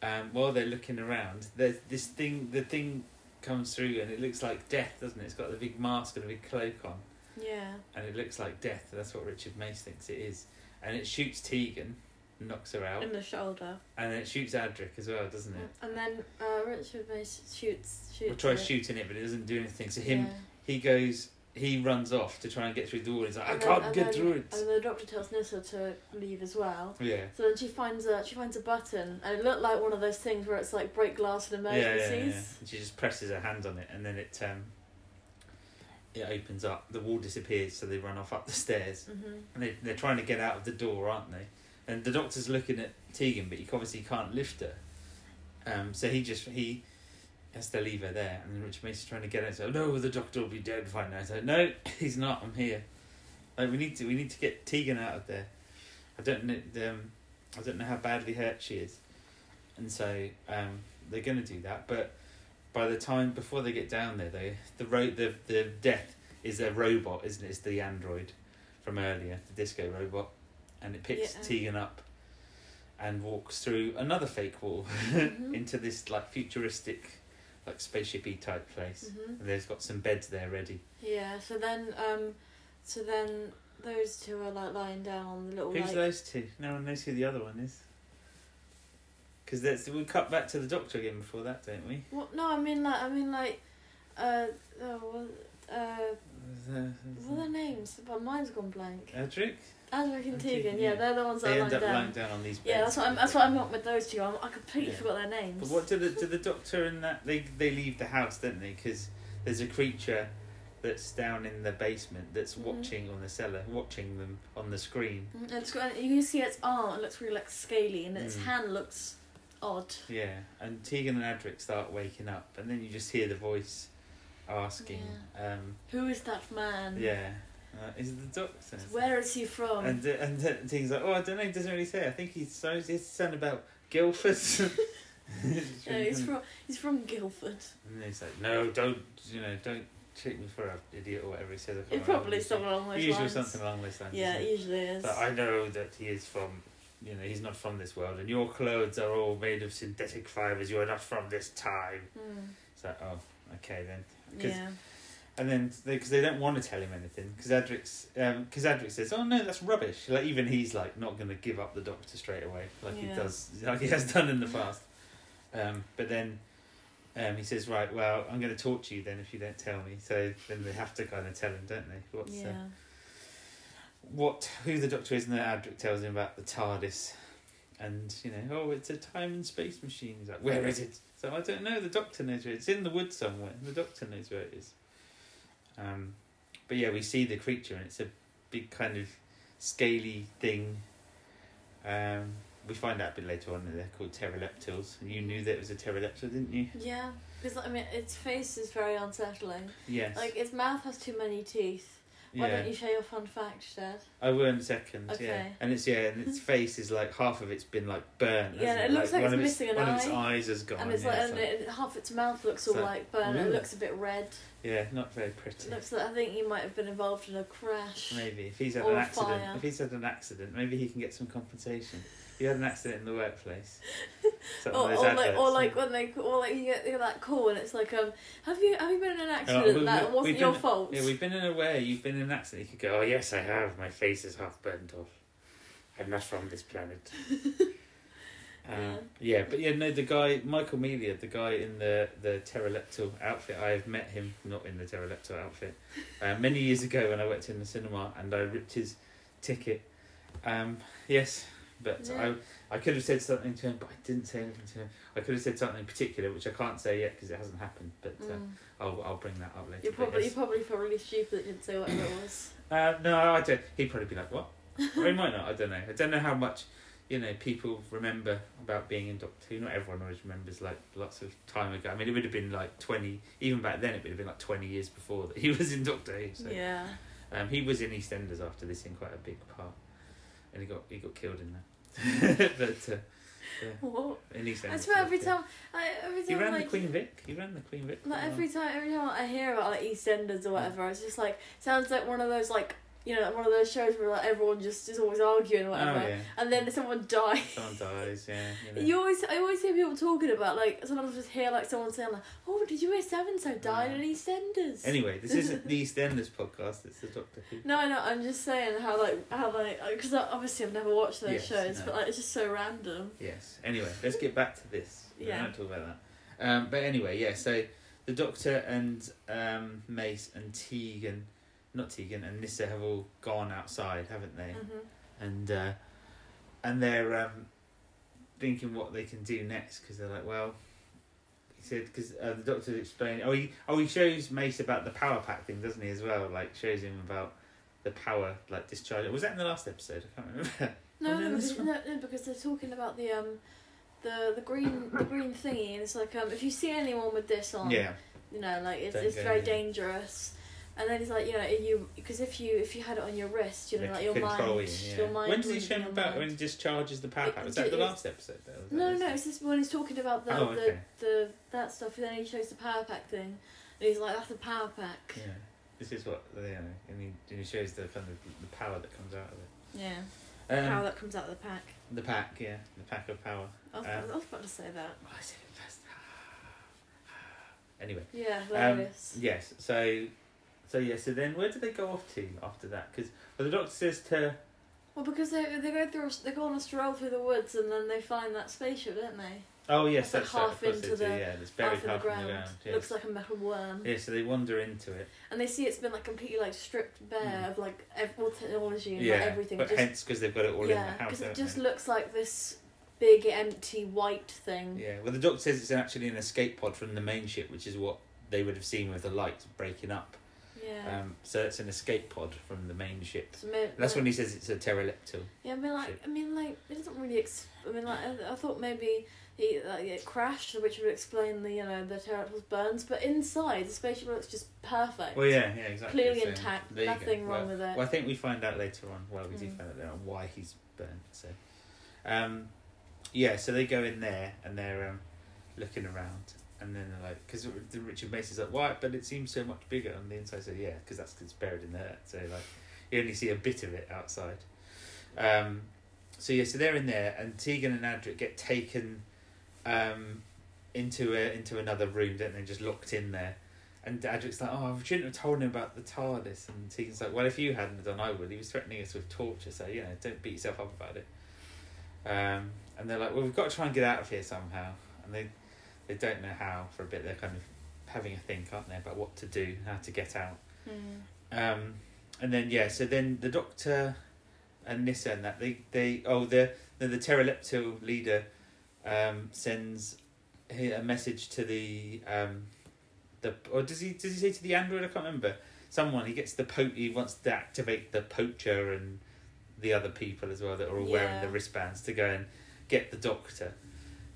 Speaker 3: um, while they're looking around, there's this thing. The thing comes through, and it looks like death, doesn't it? It's got the big mask and a big cloak on,
Speaker 2: Yeah.
Speaker 3: and it looks like death. That's what Richard Mace thinks it is, and it shoots Tegan, knocks her out,
Speaker 2: In the shoulder.
Speaker 3: and then it shoots Adric as well, doesn't it?
Speaker 2: And then uh, Richard Mace shoots. shoots
Speaker 3: Or tries
Speaker 2: it.
Speaker 3: shooting it, but it doesn't do anything. So him,
Speaker 2: Yeah.
Speaker 3: he goes, he runs off to try and get through the wall. He's like, I
Speaker 2: And then-
Speaker 3: can't
Speaker 2: and
Speaker 3: get
Speaker 2: then-
Speaker 3: through it.
Speaker 2: And the doctor tells Nissa to leave as well.
Speaker 3: Yeah.
Speaker 2: So then she finds a she finds a button, and it looked like one of those things where it's like break glass in
Speaker 3: Yeah, yeah,
Speaker 2: emergencies.
Speaker 3: yeah, yeah. And She just presses her hand on it, and then it um, it opens up. The wall disappears, so they run off up the stairs,
Speaker 2: hmm
Speaker 3: and they they're trying to get out of the door, aren't they? And the doctor's looking at Tegan, but he obviously can't lift her. Um, so he just he has to leave her there, and then Richard Mason's trying to get her. So no, the doctor will be dead by now. He's like, no, he's not. I'm here. Like we need to we need to get Tegan out of there. I don't know. Um, I don't know how badly hurt she is, and so um, they're gonna do that. But by the time before they get down there, they the ro- the the death is their robot, isn't it? It's the android from earlier, the disco robot, and it picks
Speaker 2: Yeah.
Speaker 3: Tegan up and walks through another fake wall
Speaker 2: Mhm.
Speaker 3: into this like futuristic, like spaceshipy type place.
Speaker 2: hmm
Speaker 3: And there's got some beds there ready.
Speaker 2: Yeah. So then, um, so then those two are like lying down on the little
Speaker 3: Who's
Speaker 2: Oh, like.
Speaker 3: those two? No one knows who the other one is. Because that's we cut back to the doctor again before that, don't we?
Speaker 2: What? No, I mean like I mean like, uh, oh, well, uh, what are
Speaker 3: Mm-hmm.
Speaker 2: their names? But mine's gone blank.
Speaker 3: Adric?
Speaker 2: Adric
Speaker 3: and
Speaker 2: and
Speaker 3: Tegan,
Speaker 2: Tegan. Yeah,
Speaker 3: yeah.
Speaker 2: they're the ones that
Speaker 3: They
Speaker 2: are
Speaker 3: end
Speaker 2: lying
Speaker 3: up
Speaker 2: down.
Speaker 3: lying down on these beds.
Speaker 2: Yeah, that's what I'm, that's what I meant with those two. I'm, I completely
Speaker 3: Yeah.
Speaker 2: forgot their names.
Speaker 3: But what do the do the doctor and that they they leave the house, don't they? Because there's a creature that's down in the basement that's
Speaker 2: Mhm.
Speaker 3: watching on the cellar, watching them on the screen.
Speaker 2: Mm, It's got, you can see its arm. It looks really like scaly, and its
Speaker 3: Mm.
Speaker 2: hand looks odd.
Speaker 3: Yeah, and Tegan and Adric start waking up, and then you just hear the voice asking, um,
Speaker 2: Who is that man?
Speaker 3: "Yeah, uh, is it the doctor?"
Speaker 2: Where is he from?
Speaker 3: And uh, and uh, Tegan's like, "Oh, I don't know. He doesn't really say. I think he's so it's something about Guildford." It's
Speaker 2: no,
Speaker 3: really
Speaker 2: he's
Speaker 3: funny.
Speaker 2: from he's from Guildford.
Speaker 3: And then he's like, "No, don't you know? Don't treat me for an idiot or whatever he says." I can't
Speaker 2: It's
Speaker 3: remember what
Speaker 2: probably
Speaker 3: he said.
Speaker 2: someone along those
Speaker 3: usually
Speaker 2: lines.
Speaker 3: something along those lines.
Speaker 2: yeah,
Speaker 3: isn't
Speaker 2: it
Speaker 3: it?
Speaker 2: usually is.
Speaker 3: But I know that he is from, you know, he's not from this world, and your clothes are all made of synthetic fibers. You are not from this time.
Speaker 2: Mm,
Speaker 3: It's like, oh, okay then. 'Cause-
Speaker 2: yeah.
Speaker 3: And then because they, 'cause they don't want to tell him anything, because Adric's, because Adric says, oh no, that's rubbish. Like even he's like not going to give up the doctor straight away, like he
Speaker 2: Yeah.
Speaker 3: does, like he has done in the past. Um, but then. Um, he says, "Right, well, I'm going to torture you then if you don't tell me." So then they have to kind of tell him, don't they? What's uh,
Speaker 2: Yeah.
Speaker 3: what who the Doctor is, and the Adric tells him about the TARDIS, and you know, oh, it's a time and space machine. He's like, where is it? So I don't know. The Doctor knows where it is. It's in the woods somewhere. The Doctor knows where it is. Um, but yeah, we see the creature, and it's a big kind of scaly thing. Um, we find out a bit later on that they're called pteroleptiles. You knew that it was a pterodactyl, didn't you?
Speaker 2: Yeah. Because I mean, its face is very unsettling.
Speaker 3: Yes.
Speaker 2: Like its mouth has too many teeth. Why
Speaker 3: yeah.
Speaker 2: don't you share your fun fact, Dad?
Speaker 3: I will in a second. Yeah,
Speaker 2: Okay.
Speaker 3: and it's yeah, and its face is like half of it's been like burnt.
Speaker 2: Yeah,
Speaker 3: hasn't
Speaker 2: it looks like
Speaker 3: one
Speaker 2: it's
Speaker 3: of
Speaker 2: missing an
Speaker 3: one of its
Speaker 2: eye.
Speaker 3: eyes has gone.
Speaker 2: and it's
Speaker 3: yeah,
Speaker 2: like,
Speaker 3: it's
Speaker 2: and
Speaker 3: like-
Speaker 2: it, half its mouth looks
Speaker 3: So-
Speaker 2: all like burnt. and
Speaker 3: Ooh.
Speaker 2: It looks a bit red.
Speaker 3: yeah, not very pretty.
Speaker 2: It looks like I think you might have been involved in a crash.
Speaker 3: Maybe if he's had
Speaker 2: Or
Speaker 3: an accident,
Speaker 2: fire.
Speaker 3: if he's had an accident, maybe he can get some compensation. He had an accident in the workplace. Some of
Speaker 2: Or,
Speaker 3: those
Speaker 2: or like, or
Speaker 3: adverts.
Speaker 2: like when they, or like you get you get that call and it's like, um, have you have you been in an
Speaker 3: Oh, we-
Speaker 2: accident that
Speaker 3: we-
Speaker 2: wasn't
Speaker 3: we've
Speaker 2: your
Speaker 3: been-
Speaker 2: fault?
Speaker 3: Yeah, we've been in a way. You've been in an accident. You could go. Oh yes, I have. My face is half burnt off. I'm not from this planet. Um, yeah, but yeah, no, the guy Michael Mealy, the guy in the the pteroleptil outfit. I have met him not in the pteroleptil outfit uh, many years ago when I worked in the cinema, and I ripped his ticket. Um, yes, but
Speaker 2: Yeah.
Speaker 3: I I could have said something to him, but I didn't say anything to him. I could have said something in particular, which I can't say yet because it hasn't happened. But uh,
Speaker 2: Mm.
Speaker 3: I'll I'll bring that up later.
Speaker 2: You
Speaker 3: but
Speaker 2: probably you
Speaker 3: yes.
Speaker 2: probably felt really stupid that you didn't say whatever it was.
Speaker 3: Uh, no, I don't. He'd probably be like, "What?" or he might not. I don't know. I don't know how much, you know, people remember about being in Doctor Who. Not everyone always remembers like lots of time ago. I mean, it would have been like twenty. Even back then, it would have been like twenty years before that he was in Doctor Who. So
Speaker 2: Yeah.
Speaker 3: um, he was in EastEnders after this in quite a big part, and he got he got killed in that. but uh,
Speaker 2: What?
Speaker 3: in EastEnders,
Speaker 2: I swear every
Speaker 3: yeah.
Speaker 2: time I every
Speaker 3: He
Speaker 2: time
Speaker 3: ran
Speaker 2: like,
Speaker 3: the Queen Vic. He ran the Queen Vic. for a
Speaker 2: like
Speaker 3: while.
Speaker 2: every time every time I hear about like EastEnders or whatever, it's just like sounds like one of those like you know, like one of those shows where like everyone just is always arguing or
Speaker 3: Oh
Speaker 2: whatever,
Speaker 3: yeah,
Speaker 2: and then someone dies.
Speaker 3: someone dies. Yeah, you know.
Speaker 2: You always, I always hear people talking about like sometimes just hear like someone saying like, "Oh, did you hear so and so died
Speaker 3: Yeah.
Speaker 2: in EastEnders?"
Speaker 3: Anyway, this isn't the EastEnders podcast. It's the Doctor Who.
Speaker 2: No, no, I'm just saying how like how like because obviously I've never watched those
Speaker 3: Yes,
Speaker 2: shows,
Speaker 3: no.
Speaker 2: but like it's just so random.
Speaker 3: Yes. Anyway, let's get back to this. We
Speaker 2: Yeah.
Speaker 3: don't talk about that. Um, but anyway, yeah. So the Doctor and um, Mace and Tegan, not Tegan and Nissa have all gone outside, haven't they?
Speaker 2: Mm-hmm.
Speaker 3: And uh, and they're um, thinking what they can do next because they're like, well, he said because uh, the Doctor's explaining. Oh, he oh he shows Mace about the power pack thing, doesn't he? As well, like shows him about the power like discharge. Was that in the last episode? I can't remember.
Speaker 2: No,
Speaker 3: Oh, no,
Speaker 2: no,
Speaker 3: this
Speaker 2: because, no, no, because they're talking about the um the the green the green thingy, and it's like um if you see anyone with this on,
Speaker 3: yeah.
Speaker 2: you know, like it's,
Speaker 3: Don't
Speaker 2: it's
Speaker 3: go
Speaker 2: very
Speaker 3: near.
Speaker 2: dangerous. And then it's like you know if you because if you if you had it on your wrist, you know,
Speaker 3: They
Speaker 2: like
Speaker 3: can
Speaker 2: your
Speaker 3: control
Speaker 2: mind,
Speaker 3: you, yeah.
Speaker 2: your mind.
Speaker 3: When does he
Speaker 2: wouldn't
Speaker 3: show
Speaker 2: be
Speaker 3: him
Speaker 2: on
Speaker 3: about
Speaker 2: mind.
Speaker 3: when he discharges the power
Speaker 2: It-
Speaker 3: pack? Was that
Speaker 2: it-
Speaker 3: the last episode? Though? Was that
Speaker 2: No,
Speaker 3: this-
Speaker 2: no, it's just when he's talking about the,
Speaker 3: Oh, okay.
Speaker 2: the, the that stuff, and then he shows the power pack thing, and he's like, "That's a power pack."
Speaker 3: Yeah. This is what you know, and he, and he shows the kind of the power that comes out of
Speaker 2: Yeah,
Speaker 3: it. Um,
Speaker 2: power that comes out of the pack.
Speaker 3: The pack, yeah, the pack of power.
Speaker 2: I was,
Speaker 3: um,
Speaker 2: I was about to say that.
Speaker 3: Oh, I said it first. anyway,
Speaker 2: Yeah,
Speaker 3: um,
Speaker 2: hilarious.
Speaker 3: yes. So, so yeah. So then, where do they go off to after that? Because well, the doctor says to
Speaker 2: well, because they they go through a s- they go on a stroll through the woods, and then they find that spaceship, don't they?
Speaker 3: oh yes,
Speaker 2: That's
Speaker 3: that's,
Speaker 2: like
Speaker 3: right,
Speaker 2: half
Speaker 3: of course
Speaker 2: into
Speaker 3: they do,
Speaker 2: the-
Speaker 3: yeah. It's buried
Speaker 2: Half in the ground,
Speaker 3: yes.
Speaker 2: looks like a metal worm,
Speaker 3: yeah. So they wander into it.
Speaker 2: and they see it's been like completely like stripped bare
Speaker 3: Mm.
Speaker 2: of like ev- all technology and
Speaker 3: yeah,
Speaker 2: like, everything.
Speaker 3: but
Speaker 2: just,
Speaker 3: hence because they've got it all in
Speaker 2: yeah,
Speaker 3: the house.
Speaker 2: it
Speaker 3: haven't
Speaker 2: just
Speaker 3: they?
Speaker 2: looks like this big empty white thing.
Speaker 3: Yeah, well, the doctor says it's actually an escape pod from the main ship, which is what they would have seen with the lights breaking up.
Speaker 2: Yeah.
Speaker 3: Um, so it's an escape pod from the main ship.
Speaker 2: So may-
Speaker 3: That's
Speaker 2: may-
Speaker 3: when he says it's a pteroleptil.
Speaker 2: Yeah, I mean, like,
Speaker 3: Shit.
Speaker 2: I mean, like, it doesn't really. Ex- I mean, like, I, I thought maybe he, like, it crashed, which would explain the, you know, the pterodactyl's burns. But inside, the spaceship looks just perfect.
Speaker 3: Well, yeah, yeah, exactly.
Speaker 2: clearly
Speaker 3: so
Speaker 2: intact,
Speaker 3: there you go.
Speaker 2: nothing wrong
Speaker 3: well,
Speaker 2: with it.
Speaker 3: Well, I think we find out later on. Well, we do
Speaker 2: Mm.
Speaker 3: find out later on why he's burnt. So, um, yeah, so they go in there and they're um, looking around, and then they're like, because the Richard Mason's like, why? But it seems so much bigger on the inside. So yeah, because that's 'cause it's buried in the earth. So like, you only see a bit of it outside. Um, so yeah, so they're in there, and Tegan and Adric get taken um, into a, into another room, don't they? Just locked in there. And Adric's like, oh, I shouldn't have told him about the TARDIS. And Tegan's like, well, if you hadn't done, I would. He was threatening us with torture, so, you know, don't beat yourself up about it. Um, and they're like, well, we've got to try and get out of here somehow. And they, they don't know how for a bit. They're kind of having a think, aren't they, about what to do, how to get out.
Speaker 2: Mm.
Speaker 3: Um, and then yeah, so then the doctor and Nissa and that they they oh the the, the pteroleptil leader um, sends he- a message to the um, the or does he does he say to the android? I can't remember. Someone he gets the po- he wants to activate the poacher and the other people as well that are all wearing
Speaker 2: Yeah.
Speaker 3: the wristbands to go and get the doctor.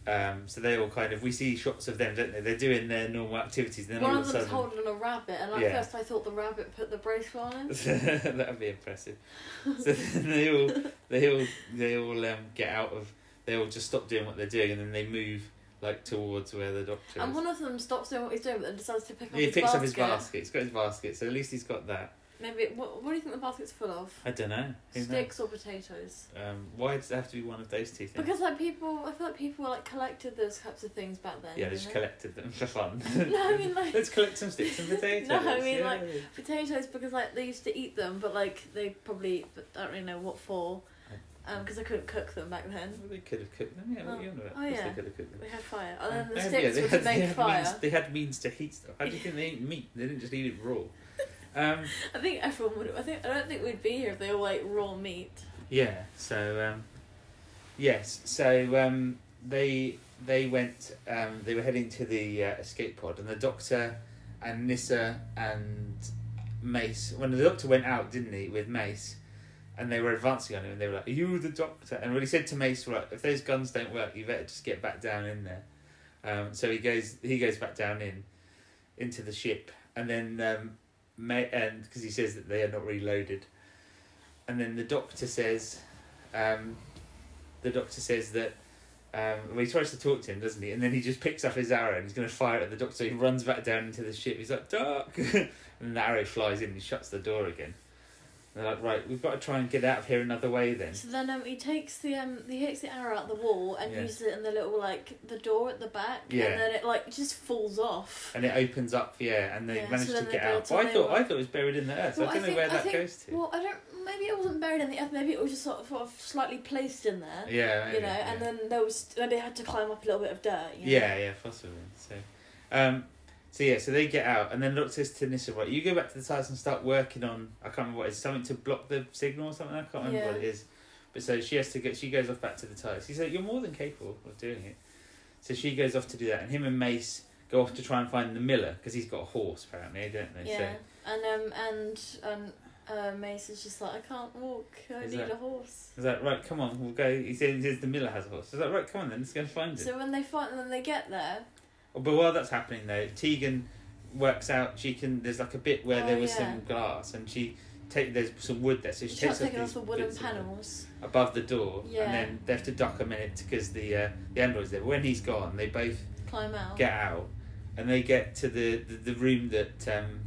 Speaker 3: Um, so they all kind of we see shots of them, don't they? They're doing their normal activities. Then
Speaker 2: One
Speaker 3: all
Speaker 2: of
Speaker 3: a
Speaker 2: them's
Speaker 3: sudden,
Speaker 2: holding a rabbit, and at
Speaker 3: Yeah.
Speaker 2: first I thought the rabbit put the bracelet on him.
Speaker 3: that would be impressive. So then they all, they all, they all um, get out of. They all just stop doing what they're doing, and then they move like towards where the doctor
Speaker 2: and
Speaker 3: is.
Speaker 2: one of them stops doing what he's doing, but then decides to pick up
Speaker 3: he
Speaker 2: his
Speaker 3: picks
Speaker 2: basket.
Speaker 3: up his basket. He's got his basket, so at least he's got that.
Speaker 2: Maybe what, what do you think the basket's full of?
Speaker 3: I don't know. Who knows?
Speaker 2: Sticks or potatoes?
Speaker 3: Um, why does it have to be one of those two things?
Speaker 2: Because like people, I feel like people like collected those types of things back then.
Speaker 3: yeah,
Speaker 2: you
Speaker 3: they just
Speaker 2: know?
Speaker 3: collected them for fun.
Speaker 2: No, I mean, like-
Speaker 3: let's collect some sticks and potatoes.
Speaker 2: No, I mean,
Speaker 3: yeah.
Speaker 2: like, potatoes because like they used to eat them, but like they probably I don't really know what for, because I couldn't cook them back then.
Speaker 3: Well, they could have cooked them. Yeah, what
Speaker 2: Oh,
Speaker 3: are you on about?
Speaker 2: oh,
Speaker 3: Of course
Speaker 2: yeah.
Speaker 3: they could have cooked them.
Speaker 2: We had fire, and then the
Speaker 3: Um,
Speaker 2: sticks were to make
Speaker 3: had
Speaker 2: fire.
Speaker 3: Means, they had means to heat stuff. How do you think they ate meat? They didn't just eat it raw. Um,
Speaker 2: I think everyone would. I think I don't think we'd be here if they all ate raw meat.
Speaker 3: yeah. So um, yes. So um, they they went. Um, they were heading to the uh, escape pod, and the doctor and Nissa and Mace. When the doctor went out, didn't he, with Mace? And they were advancing on him, and they were like, "Are you the doctor?" And when he said to Mace, "Right, if those guns don't work, you better just get back down in there." Um, so he goes, he goes back down in, into the ship, and then um, May, and because he says that they are not reloaded, and then the doctor says, um, the doctor says that. Um, well, he tries to talk to him, doesn't he? And then he just picks up his arrow and he's going to fire it at the doctor. So he runs back down into the ship. He's like, "Duck!" and the arrow flies in and he shuts the door again. They're like, right, we've got to try and get out of here another way then.
Speaker 2: So then um, he takes the um he takes the arrow out the wall and
Speaker 3: Yeah.
Speaker 2: uses it in the little like the door at the back.
Speaker 3: Yeah.
Speaker 2: And then it like just falls off.
Speaker 3: And it opens up, yeah, and they
Speaker 2: Yeah,
Speaker 3: manage
Speaker 2: so then
Speaker 3: to
Speaker 2: they
Speaker 3: get
Speaker 2: build
Speaker 3: out. But I
Speaker 2: time
Speaker 3: thought
Speaker 2: up.
Speaker 3: I thought it was buried in the earth. so
Speaker 2: Well,
Speaker 3: I
Speaker 2: I
Speaker 3: don't know
Speaker 2: think-
Speaker 3: where
Speaker 2: I
Speaker 3: that
Speaker 2: think-
Speaker 3: goes to.
Speaker 2: Well, I don't. Maybe it wasn't buried in the earth. Maybe it was just sort of, sort of slightly placed in there.
Speaker 3: yeah,
Speaker 2: you
Speaker 3: maybe,
Speaker 2: know, and
Speaker 3: yeah.
Speaker 2: then there was maybe it had to climb up a little bit of dirt. You know?
Speaker 3: yeah, yeah, possibly. So, um, so yeah, so they get out, and then Locke says to Nissa, "Right, you go back to the site and start working on. I can't remember what it is something to block the signal or something. I can't remember what
Speaker 2: Yeah.
Speaker 3: it is." But so she has to go. She goes off back to the tiles. He said, "You're more than capable of doing it." So she goes off to do that, and him and Mace go off to try and find the miller because he's got a horse apparently, don't they?
Speaker 2: Yeah. And um and and uh, Mace is just like I can't walk. I
Speaker 3: Is
Speaker 2: need
Speaker 3: that-
Speaker 2: a horse.
Speaker 3: So he's like, "Right, come on, we'll go." He says, he says "The miller has a horse." He's like, "Right, come on, then let's go find it."
Speaker 2: So when they find when they get there,
Speaker 3: But while that's happening though, Tegan works out she can. There's like a bit where
Speaker 2: Oh,
Speaker 3: there was
Speaker 2: yeah.
Speaker 3: some glass, and she take there's some wood there, so she
Speaker 2: she starts
Speaker 3: takes off
Speaker 2: taking off
Speaker 3: these
Speaker 2: the wooden
Speaker 3: bits of wood
Speaker 2: panels.
Speaker 3: above the door,
Speaker 2: Yeah.
Speaker 3: and then they have to dock a minute because the uh, the android's there. But when he's gone, they both
Speaker 2: Climb out.
Speaker 3: get out, and they get to the the, the room that um,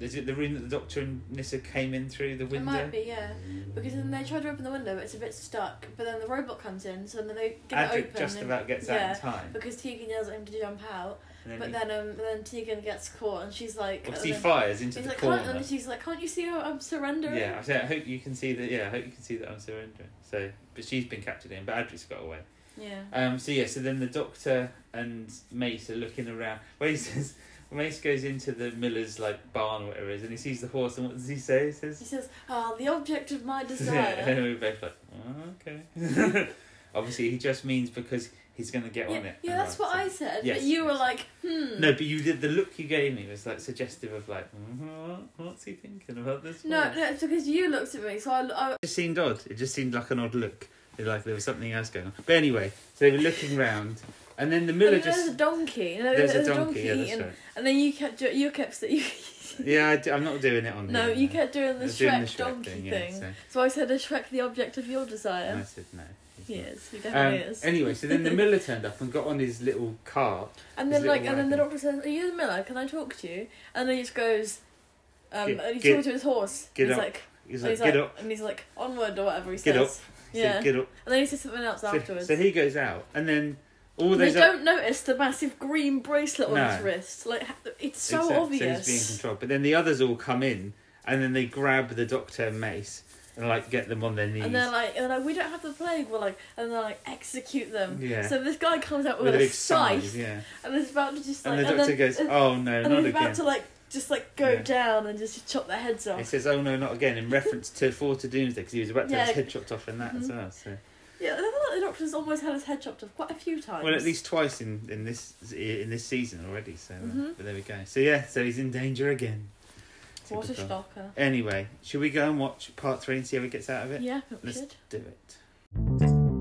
Speaker 3: is it the room that the doctor and Nissa came in through the
Speaker 2: It
Speaker 3: window.
Speaker 2: might be yeah, because then they try to open the window, but it's a bit stuck. But then the robot comes in, so then they get it
Speaker 3: Adric
Speaker 2: open.
Speaker 3: just
Speaker 2: and-
Speaker 3: about gets out
Speaker 2: yeah,
Speaker 3: in time,
Speaker 2: because Tegan yells at him to jump out,
Speaker 3: and then,
Speaker 2: but
Speaker 3: he,
Speaker 2: then um, then Tegan gets caught, and she's like,
Speaker 3: well,
Speaker 2: and
Speaker 3: he
Speaker 2: then-
Speaker 3: fires into
Speaker 2: she's
Speaker 3: the
Speaker 2: like,
Speaker 3: corner.
Speaker 2: can't, and she's like, can't you see how I'm surrendering?
Speaker 3: Yeah, I said, I hope you can see that. Yeah, I hope you can see that I'm surrendering. So, but she's been captured in, but Adric's got away.
Speaker 2: yeah.
Speaker 3: Um. So yeah. So then the doctor and Mace are looking around. Well, he says Mace goes into the miller's like barn or whatever it is, and he sees the horse. And what does he say? He
Speaker 2: He
Speaker 3: says,
Speaker 2: says, ah, the object of my
Speaker 3: Yeah. And
Speaker 2: desire.
Speaker 3: we're both like, "Oh, okay. Obviously, he just means because he's gonna get on
Speaker 2: yeah,
Speaker 3: it.
Speaker 2: yeah,
Speaker 3: and
Speaker 2: that's what
Speaker 3: right,
Speaker 2: I
Speaker 3: so-
Speaker 2: said.
Speaker 3: Yes,
Speaker 2: but you were
Speaker 3: yes.
Speaker 2: like, hmm.
Speaker 3: No, but you did the look you gave me was like suggestive of like, "Mhm, what's he thinking about this?
Speaker 2: No,
Speaker 3: horse?"
Speaker 2: no, it's because you looked at me, so I, I
Speaker 3: It just seemed odd. It just seemed like an odd look. It's Like there was something else going on. But anyway, so they were looking round, and then the miller
Speaker 2: and there's
Speaker 3: just
Speaker 2: a donkey. and
Speaker 3: there's,
Speaker 2: there's
Speaker 3: a donkey. Yeah, that's
Speaker 2: and,
Speaker 3: right.
Speaker 2: and then you kept do- you kept you,
Speaker 3: Yeah, I do, I'm not doing it on.
Speaker 2: no,
Speaker 3: here,
Speaker 2: you kept doing
Speaker 3: I
Speaker 2: the
Speaker 3: was doing
Speaker 2: Shrek donkey
Speaker 3: thing.
Speaker 2: thing.
Speaker 3: yeah, so-
Speaker 2: So I said, "A Shrek, the object of your
Speaker 3: and I
Speaker 2: desire."
Speaker 3: said no. it's not.
Speaker 2: Yes, he
Speaker 3: Um,
Speaker 2: definitely is.
Speaker 3: anyway, so then the miller turned up and got on his little cart.
Speaker 2: And
Speaker 3: His
Speaker 2: then like,
Speaker 3: little
Speaker 2: and then the doctor
Speaker 3: wagon.
Speaker 2: says, "Are you the miller? Can I talk to you?" And then he just goes, um,
Speaker 3: Get-
Speaker 2: and he's
Speaker 3: get-
Speaker 2: talking to his horse.
Speaker 3: get
Speaker 2: he's
Speaker 3: up,
Speaker 2: like,
Speaker 3: He was
Speaker 2: and
Speaker 3: like,
Speaker 2: he's
Speaker 3: "Get
Speaker 2: like-
Speaker 3: up,
Speaker 2: and he's like, onward or whatever he
Speaker 3: get up."
Speaker 2: says.
Speaker 3: He
Speaker 2: Yeah,
Speaker 3: said, "Get up."
Speaker 2: and then he says something else
Speaker 3: So-
Speaker 2: afterwards.
Speaker 3: So he goes out, and then all
Speaker 2: they
Speaker 3: those. o-
Speaker 2: don't notice the massive green bracelet on
Speaker 3: No.
Speaker 2: his wrist. Like ha- it's so
Speaker 3: Exact-
Speaker 2: obvious.
Speaker 3: he's being controlled. But then the others all come in, and then they grab the doctor and Mace, and like get them on their knees.
Speaker 2: and they're like, and they're like, we don't have the plague. We're like, and they're like, execute them.
Speaker 3: Yeah.
Speaker 2: So this guy comes out with,
Speaker 3: with a
Speaker 2: a
Speaker 3: big
Speaker 2: scythe,
Speaker 3: size, yeah.
Speaker 2: and is about to just like,
Speaker 3: And the doctor
Speaker 2: then-
Speaker 3: goes,
Speaker 2: and,
Speaker 3: "Oh no,
Speaker 2: and
Speaker 3: not
Speaker 2: he's about
Speaker 3: again."
Speaker 2: to like just like go
Speaker 3: Yeah.
Speaker 2: down and just chop their heads
Speaker 3: He
Speaker 2: off.
Speaker 3: says, "Oh no, not again," in reference to Four to Doomsday, because he was about to have his
Speaker 2: Yeah.
Speaker 3: head chopped off in that as
Speaker 2: Mhm.
Speaker 3: well. So,
Speaker 2: Yeah, I thought the doctor's almost had his head chopped off quite a few times.
Speaker 3: well, at least twice in, in this in this season already. So, uh,
Speaker 2: Mhm.
Speaker 3: but there we go. So yeah, so he's in danger again.
Speaker 2: What a
Speaker 3: Typical.
Speaker 2: shocker.
Speaker 3: Anyway, should we go and watch part three and see how he gets out of it?
Speaker 2: Yeah, I think we
Speaker 3: Let's-
Speaker 2: should.
Speaker 3: Do it.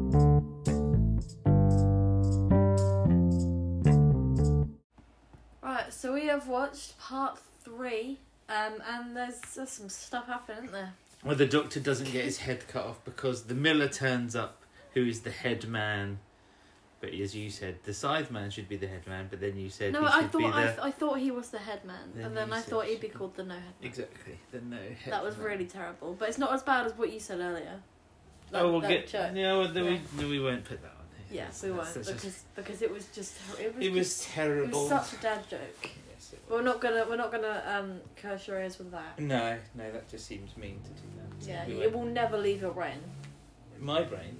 Speaker 2: Right, so we have watched part three, um, and there's, there's some stuff happening, isn't there?
Speaker 3: Well, the doctor doesn't get his head cut off because the miller turns up, who is the head man. But as you said, the scythe man should be the head man, but then you said
Speaker 2: No,
Speaker 3: he
Speaker 2: I
Speaker 3: should be
Speaker 2: thought I,
Speaker 3: the.
Speaker 2: th- I thought he was the head man,
Speaker 3: Then
Speaker 2: and then
Speaker 3: you
Speaker 2: I
Speaker 3: said
Speaker 2: thought he'd be
Speaker 3: she-
Speaker 2: called the no head man.
Speaker 3: Exactly, the no head.
Speaker 2: That was
Speaker 3: man.
Speaker 2: really terrible, but it's not as bad as what you said earlier. That-
Speaker 3: oh, we'll
Speaker 2: that
Speaker 3: get.
Speaker 2: joke.
Speaker 3: No, well, then
Speaker 2: Yeah.
Speaker 3: we, no, we won't put that on.
Speaker 2: Yeah,
Speaker 3: That's-
Speaker 2: we
Speaker 3: that's-
Speaker 2: won't
Speaker 3: that's
Speaker 2: because
Speaker 3: just-
Speaker 2: because it was just it was,
Speaker 3: it was
Speaker 2: just- it
Speaker 3: terrible.
Speaker 2: was such a dad joke.
Speaker 3: Yes, it
Speaker 2: We're
Speaker 3: was.
Speaker 2: not gonna we're not gonna um curse your ears with that.
Speaker 3: No, no, that just seems mean to do that.
Speaker 2: Yeah,
Speaker 3: We
Speaker 2: it
Speaker 3: won't.
Speaker 2: will never leave your brain.
Speaker 3: My brain,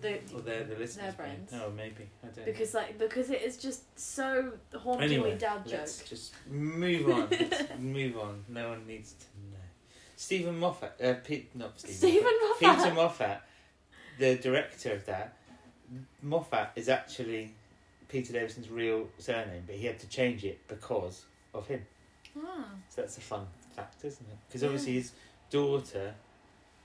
Speaker 2: The-
Speaker 3: or their the listeners' brain.
Speaker 2: brains.
Speaker 3: Oh, maybe I don't. know.
Speaker 2: because like because it is just so hauntingly
Speaker 3: anyway,
Speaker 2: dad joke.
Speaker 3: let's just move on. let's move on. No one needs to know. Stephen Moffat, uh, Pete, not Stephen.
Speaker 2: Stephen
Speaker 3: Moffat.
Speaker 2: Moffat.
Speaker 3: Peter Moffat, the director of that. Moffat is actually Peter Davison's real surname, but he had to change it because of him.
Speaker 2: Hmm.
Speaker 3: So that's a fun fact, isn't it? Because
Speaker 2: Yeah.
Speaker 3: obviously his daughter,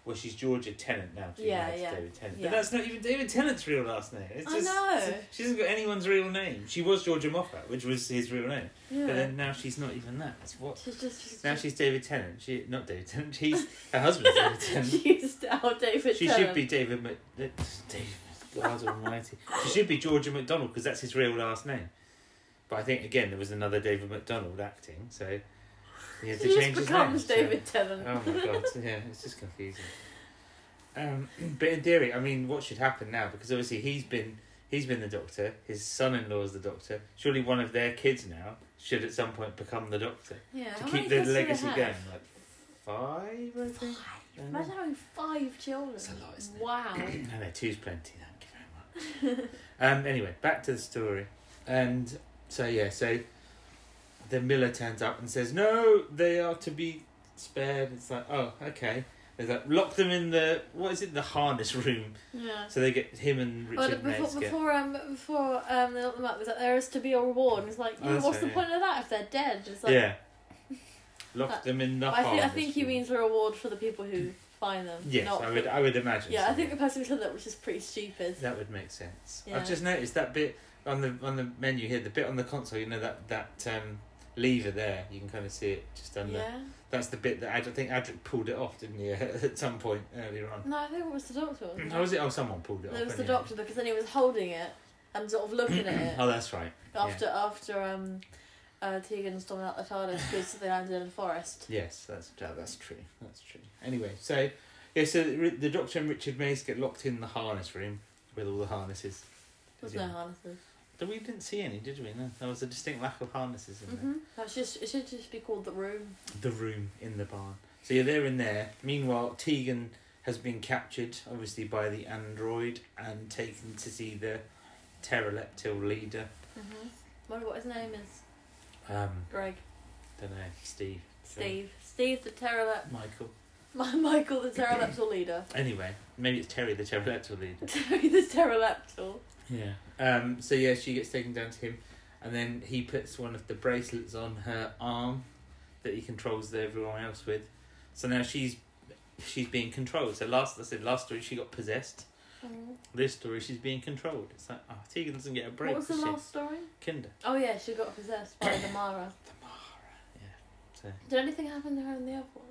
Speaker 3: well, she's Georgia Tennant now. She
Speaker 2: Yeah,
Speaker 3: married
Speaker 2: yeah,
Speaker 3: David Tennant.
Speaker 2: yeah.
Speaker 3: But that's not even David Tennant's real last name. It's
Speaker 2: I
Speaker 3: just,
Speaker 2: know.
Speaker 3: She hasn't got anyone's real name. She was Georgia Moffat, which was his real name.
Speaker 2: Yeah.
Speaker 3: But then now she's not even that. It's what?
Speaker 2: she's just she's
Speaker 3: Now she's David Tennant. She not David Tennant. She's her husband's David Tennant.
Speaker 2: she's now David.
Speaker 3: She should
Speaker 2: Tennant.
Speaker 3: be David Mc. David God Almighty. She should be Georgia McDonald because that's his real last name. But I think again there was another David McDonald acting. So Yeah,
Speaker 2: He just becomes
Speaker 3: so-
Speaker 2: David Tennant.
Speaker 3: Oh my god, yeah, it's just confusing. Um, but in theory, I mean, what should happen now? Because obviously he's been he's been the Doctor. His son-in-law is the Doctor. Surely one of their kids now should at some point become the Doctor
Speaker 2: yeah,
Speaker 3: to
Speaker 2: how many
Speaker 3: keep the
Speaker 2: kids do they
Speaker 3: legacy
Speaker 2: have?
Speaker 3: going. Like five, I think.
Speaker 2: Five.
Speaker 3: I know.
Speaker 2: Imagine having five children.
Speaker 3: It's a lot, isn't it?
Speaker 2: Wow.
Speaker 3: I know two's plenty. Thank you very much. um. Anyway, back to the story, and so yeah, so the Miller turns up and says, "No, they are to be spared." It's like, oh, okay. They like lock them in the what is it? The harness room.
Speaker 2: yeah.
Speaker 3: So they get him and
Speaker 2: Well,
Speaker 3: Richard Mays
Speaker 2: Oh, before,
Speaker 3: get.
Speaker 2: before um before um they looked them up, it was like there is to be a reward. And it's like,
Speaker 3: Oh,
Speaker 2: yeah,
Speaker 3: that's
Speaker 2: what's
Speaker 3: right,
Speaker 2: the
Speaker 3: yeah.
Speaker 2: point of that if they're dead? It's like,
Speaker 3: yeah. Lock
Speaker 2: But-
Speaker 3: them in the
Speaker 2: but Uh, I think I
Speaker 3: harness
Speaker 2: think he
Speaker 3: room.
Speaker 2: means a reward for the people who find them.
Speaker 3: Mm-hmm. Yes,
Speaker 2: not
Speaker 3: I
Speaker 2: for-
Speaker 3: would. I would imagine.
Speaker 2: yeah, I
Speaker 3: so,
Speaker 2: think the person who said that was just pretty stupid.
Speaker 3: That would make sense.
Speaker 2: Yeah.
Speaker 3: I've just noticed that bit on the on the menu here, the bit on the console. You know that that um, lever there. You can kind of see it just under.
Speaker 2: Yeah.
Speaker 3: That's the bit that I think Adric pulled it off, didn't he? At some point earlier on.
Speaker 2: No, I think it was the doctor. wasn't
Speaker 3: How was it? Oh, someone pulled it
Speaker 2: Mm-hmm. There
Speaker 3: off.
Speaker 2: was the
Speaker 3: anyway.
Speaker 2: doctor because then he was holding it and sort of looking at it
Speaker 3: Oh, that's right.
Speaker 2: after after um, uh, Tegan stormed out the TARDIS because they landed in a forest.
Speaker 3: Yes, that's that- that's true. That's true. Anyway, so yeah, so the the doctor and Richard Mays get locked in the harness room with all the harnesses.
Speaker 2: There was no harnesses.
Speaker 3: Though We didn't see any, did we? No, there was a distinct lack of harnesses in there.
Speaker 2: Mm-hmm. That's just it should just be called the room.
Speaker 3: the room in the barn. So yeah, they're in there. Meanwhile, Tegan has been captured, obviously by the android, and taken to see the pteroleptil leader.
Speaker 2: Mm-hmm. Wonder what his name is.
Speaker 3: Um,
Speaker 2: Greg,
Speaker 3: don't know, Steve,
Speaker 2: Steve, Steve the pterolept,
Speaker 3: Michael.
Speaker 2: my Michael the pteroleptal leader,
Speaker 3: Anyway, maybe it's Terry, the pteroleptil leader.
Speaker 2: Terry the pteroleptal.
Speaker 3: Yeah. Um. So yeah, she gets taken down to him, and then he puts one of the bracelets on her arm that he controls everyone else with. So now she's she's being controlled. So last I said last story she got possessed.
Speaker 2: Mhm.
Speaker 3: this story, she's being controlled. It's like, oh, Tegan doesn't get a break.
Speaker 2: What was the
Speaker 3: does she?
Speaker 2: last story?
Speaker 3: Kinder.
Speaker 2: Oh yeah, she got possessed by the Mara.
Speaker 3: So,
Speaker 2: Did anything happen to her in the other one?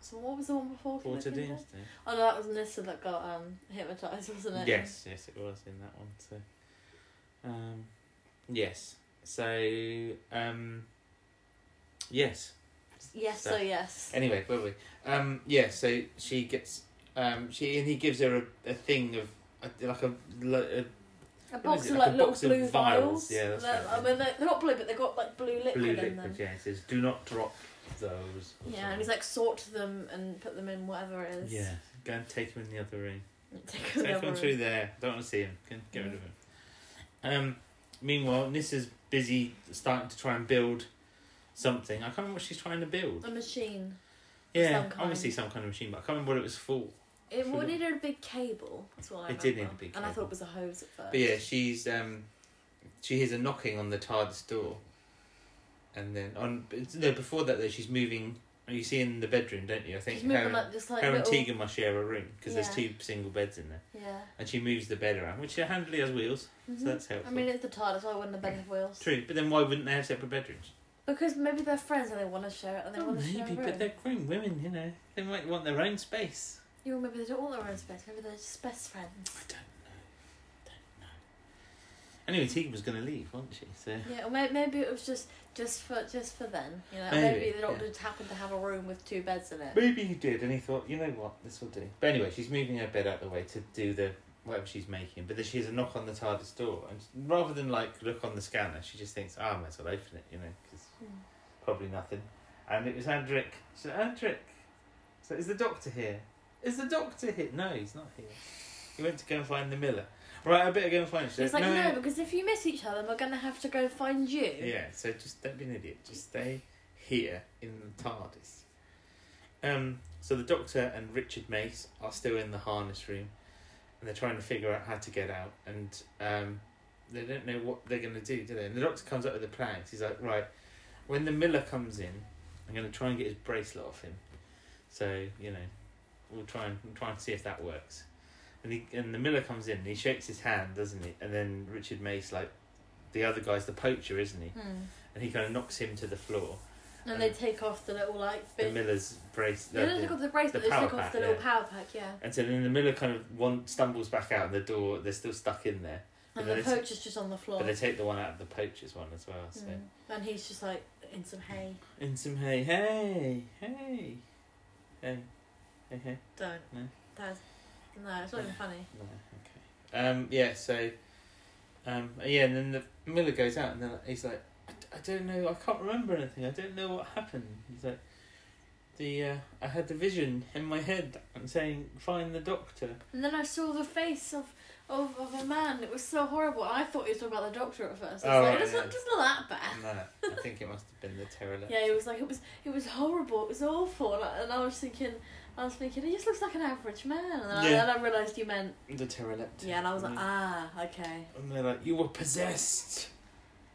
Speaker 2: So what was the one before?
Speaker 3: Water
Speaker 2: Kinder?
Speaker 3: Doomsday.
Speaker 2: Oh no, that was Nissa that got um hypnotized, wasn't it?
Speaker 3: Yes, yes, it was in that one. So, um, yes. So, um, yes.
Speaker 2: Yes. So, yes.
Speaker 3: Anyway, where were we? Um, yeah. So she gets, um, she and he gives her a, a thing of a, like a, like a
Speaker 2: A
Speaker 3: What
Speaker 2: box
Speaker 3: is
Speaker 2: of
Speaker 3: it,
Speaker 2: like,
Speaker 3: like a
Speaker 2: little
Speaker 3: box of
Speaker 2: blue
Speaker 3: vials?
Speaker 2: vials.
Speaker 3: Yeah, that's
Speaker 2: They're-
Speaker 3: right.
Speaker 2: I mean, they're, they're not blue, but they've got like blue liquid
Speaker 3: blue
Speaker 2: in
Speaker 3: liquid.
Speaker 2: them.
Speaker 3: Yeah, it says do not drop those. or
Speaker 2: Yeah, and he's
Speaker 3: something.
Speaker 2: like sort them and put them in whatever it is.
Speaker 3: yeah, go and take him in the other room.
Speaker 2: Take
Speaker 3: Take
Speaker 2: whatever
Speaker 3: him
Speaker 2: it
Speaker 3: through
Speaker 2: is.
Speaker 3: there. Don't want to see him. Can get rid of him. Um, meanwhile, Nissa's busy starting to try and build something. I can't remember what she's trying to build.
Speaker 2: A machine.
Speaker 3: Yeah,
Speaker 2: some kind.
Speaker 3: obviously some kind of machine, but I can't remember what it was for.
Speaker 2: It
Speaker 3: Sure.
Speaker 2: would need a big cable. That's what I
Speaker 3: It did
Speaker 2: remember.
Speaker 3: need a big
Speaker 2: And I thought
Speaker 3: cable.
Speaker 2: it was a hose at first.
Speaker 3: But yeah, she's um, she hears a knocking on the TARDIS door, and then on it's- no before that though she's moving. You see in the bedroom, don't you? I think
Speaker 2: Just moving
Speaker 3: her,
Speaker 2: like just like
Speaker 3: her
Speaker 2: little.
Speaker 3: and Tegan must share a room because there's
Speaker 2: Yeah.
Speaker 3: two single beds in there,
Speaker 2: Yeah.
Speaker 3: and she moves the bed around, which handily has wheels,
Speaker 2: Mhm.
Speaker 3: so that's
Speaker 2: I
Speaker 3: helpful.
Speaker 2: mean, it's the TARDIS. Why wouldn't the bed have wheels?
Speaker 3: True, but then why wouldn't they have separate bedrooms?
Speaker 2: Because maybe they're friends and they want to share it and they
Speaker 3: Oh,
Speaker 2: want to share a
Speaker 3: maybe,
Speaker 2: room.
Speaker 3: but they're grown women, you know. They might want their own space.
Speaker 2: You know, maybe they don't want their own space. Maybe they're just best friends.
Speaker 3: I don't know. Don't know. Anyway, Tegan was going to leave, wasn't she? So
Speaker 2: Yeah, or may- maybe it was just just for just for them. You know,
Speaker 3: Maybe,
Speaker 2: maybe, they don't
Speaker 3: yeah.
Speaker 2: just happen to have a room with two beds in it.
Speaker 3: maybe he did, and he thought, you know what, this will do. But anyway, she's moving her bed out the way to do the whatever she's making. But then she hears a knock on the TARDIS door, and rather than like look on the scanner, she just thinks, oh, I might as well open it, you know, because
Speaker 2: Hmm.
Speaker 3: probably nothing. And it was Andrick. She said, Andrick, so is the doctor here? Is the doctor here? No, he's not here. He went to go and find the miller. Right, I better go and find him. She
Speaker 2: It's
Speaker 3: said,
Speaker 2: like no, because if you miss each other, we're gonna have to go find you.
Speaker 3: Yeah, so just don't be an idiot. Just stay here in the TARDIS. Um, so the Doctor and Richard Mace are still in the harness room, and they're trying to figure out how to get out. And um, they don't know what they're going to do, do they? And the Doctor comes up with a plan. He's like, right, when the Miller comes in, I'm going to try and get his bracelet off him. So you know, we'll try and we'll try and see if that works. And he and the Miller comes in and he shakes his hand, doesn't he? And then Richard Mace like. The other guy's the poacher, isn't he?
Speaker 2: Hmm.
Speaker 3: and he kind of knocks him to the floor.
Speaker 2: And they take off the little like
Speaker 3: The
Speaker 2: bit.
Speaker 3: Miller's brace,
Speaker 2: they don't take off the bracelet. They
Speaker 3: the
Speaker 2: just
Speaker 3: power
Speaker 2: take off
Speaker 3: pack,
Speaker 2: the little
Speaker 3: yeah.
Speaker 2: power pack. Yeah.
Speaker 3: and so then the Miller kind of one stumbles back out, and the door they're still stuck in there. But
Speaker 2: And
Speaker 3: then
Speaker 2: the
Speaker 3: it's-
Speaker 2: poacher's just on the floor.
Speaker 3: But they take the one out of the poacher's one as well. So
Speaker 2: Mm. And he's just like in some hay.
Speaker 3: In some hay, hey, hey, hey, hey, hey.
Speaker 2: Don't.
Speaker 3: No.
Speaker 2: That's no. It's not even funny.
Speaker 3: No, okay. Um, yeah, so, um, yeah, and then the Miller goes out, and then he's like, I, I don't know, I can't remember anything. I don't know what happened. He's like, the uh, I had the vision in my head. I'm saying, find the doctor.
Speaker 2: And then I saw the face of of, of a man. It was so horrible. I thought he was talking about the doctor at first. I was
Speaker 3: Oh,
Speaker 2: like,
Speaker 3: right,
Speaker 2: it's, not,
Speaker 3: yeah.
Speaker 2: it's not that bad.
Speaker 3: No, I think it must have been the pterodactyl.
Speaker 2: Yeah, he was like, it was it was horrible. It was awful. And I, and I was thinking, I was thinking, he just looks like an average man. And I,
Speaker 3: Yeah. Mm.
Speaker 2: then I realised you meant
Speaker 3: The pterodactyl.
Speaker 2: yeah. And I was like,
Speaker 3: And
Speaker 2: ah, okay.
Speaker 3: they- and they're like, you were possessed.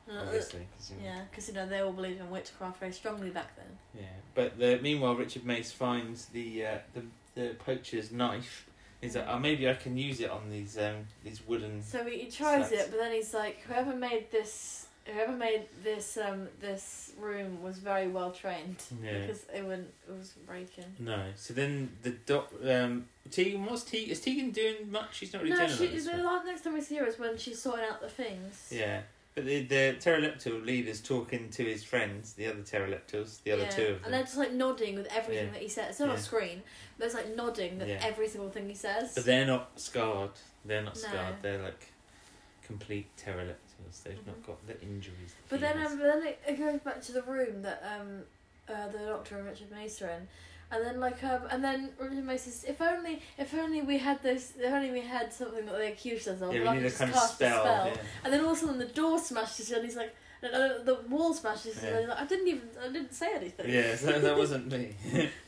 Speaker 2: And I-
Speaker 3: Obviously. 'cause you-
Speaker 2: Uh, Yeah, because you know they all believed in witchcraft very strongly back then.
Speaker 3: Yeah, but the, meanwhile, Richard Mace finds the uh, the the poacher's knife. He's like, oh, maybe I can use it on these um these wooden.
Speaker 2: So he, he tries
Speaker 3: Sucks.
Speaker 2: it, but then he's like, whoever made this, whoever made this um this room was very well trained
Speaker 3: Yeah.
Speaker 2: because it wouldn't it was breaking.
Speaker 3: No. So then the doc um Tegan, what's Tegan? Is Tegan doing much? She's not really
Speaker 2: No,
Speaker 3: doing
Speaker 2: she,
Speaker 3: much.
Speaker 2: the last next time we see her is when she's sorting out the things.
Speaker 3: Yeah. But the, the pteroleptil leader's talking to his friends, the other pteroleptils, the other
Speaker 2: Yeah,
Speaker 3: two of them.
Speaker 2: And they're just like nodding with everything
Speaker 3: Yeah.
Speaker 2: that he says. It's not on
Speaker 3: Yeah.
Speaker 2: screen, but it's like nodding with
Speaker 3: Yeah.
Speaker 2: every single thing he says.
Speaker 3: But they're not scarred. They're not
Speaker 2: No.
Speaker 3: scarred. They're like complete pteroleptils. They've
Speaker 2: Mhm.
Speaker 3: not got the injuries. that
Speaker 2: But
Speaker 3: he
Speaker 2: then,
Speaker 3: has.
Speaker 2: um, but then it, it goes back to the room that um, uh, the doctor and Richard Mace are in, and then like um, and then Richard Mace says, "If only, if only we had this, if only we had something that they accused us of,
Speaker 3: yeah,
Speaker 2: like
Speaker 3: we need a
Speaker 2: just
Speaker 3: kind of
Speaker 2: cast
Speaker 3: spell. yeah.
Speaker 2: And then all of a sudden the door smashes and he's like, and, uh, the wall smashes
Speaker 3: Yeah.
Speaker 2: and he's like, I didn't even, I didn't say anything.
Speaker 3: Yeah, so that wasn't me.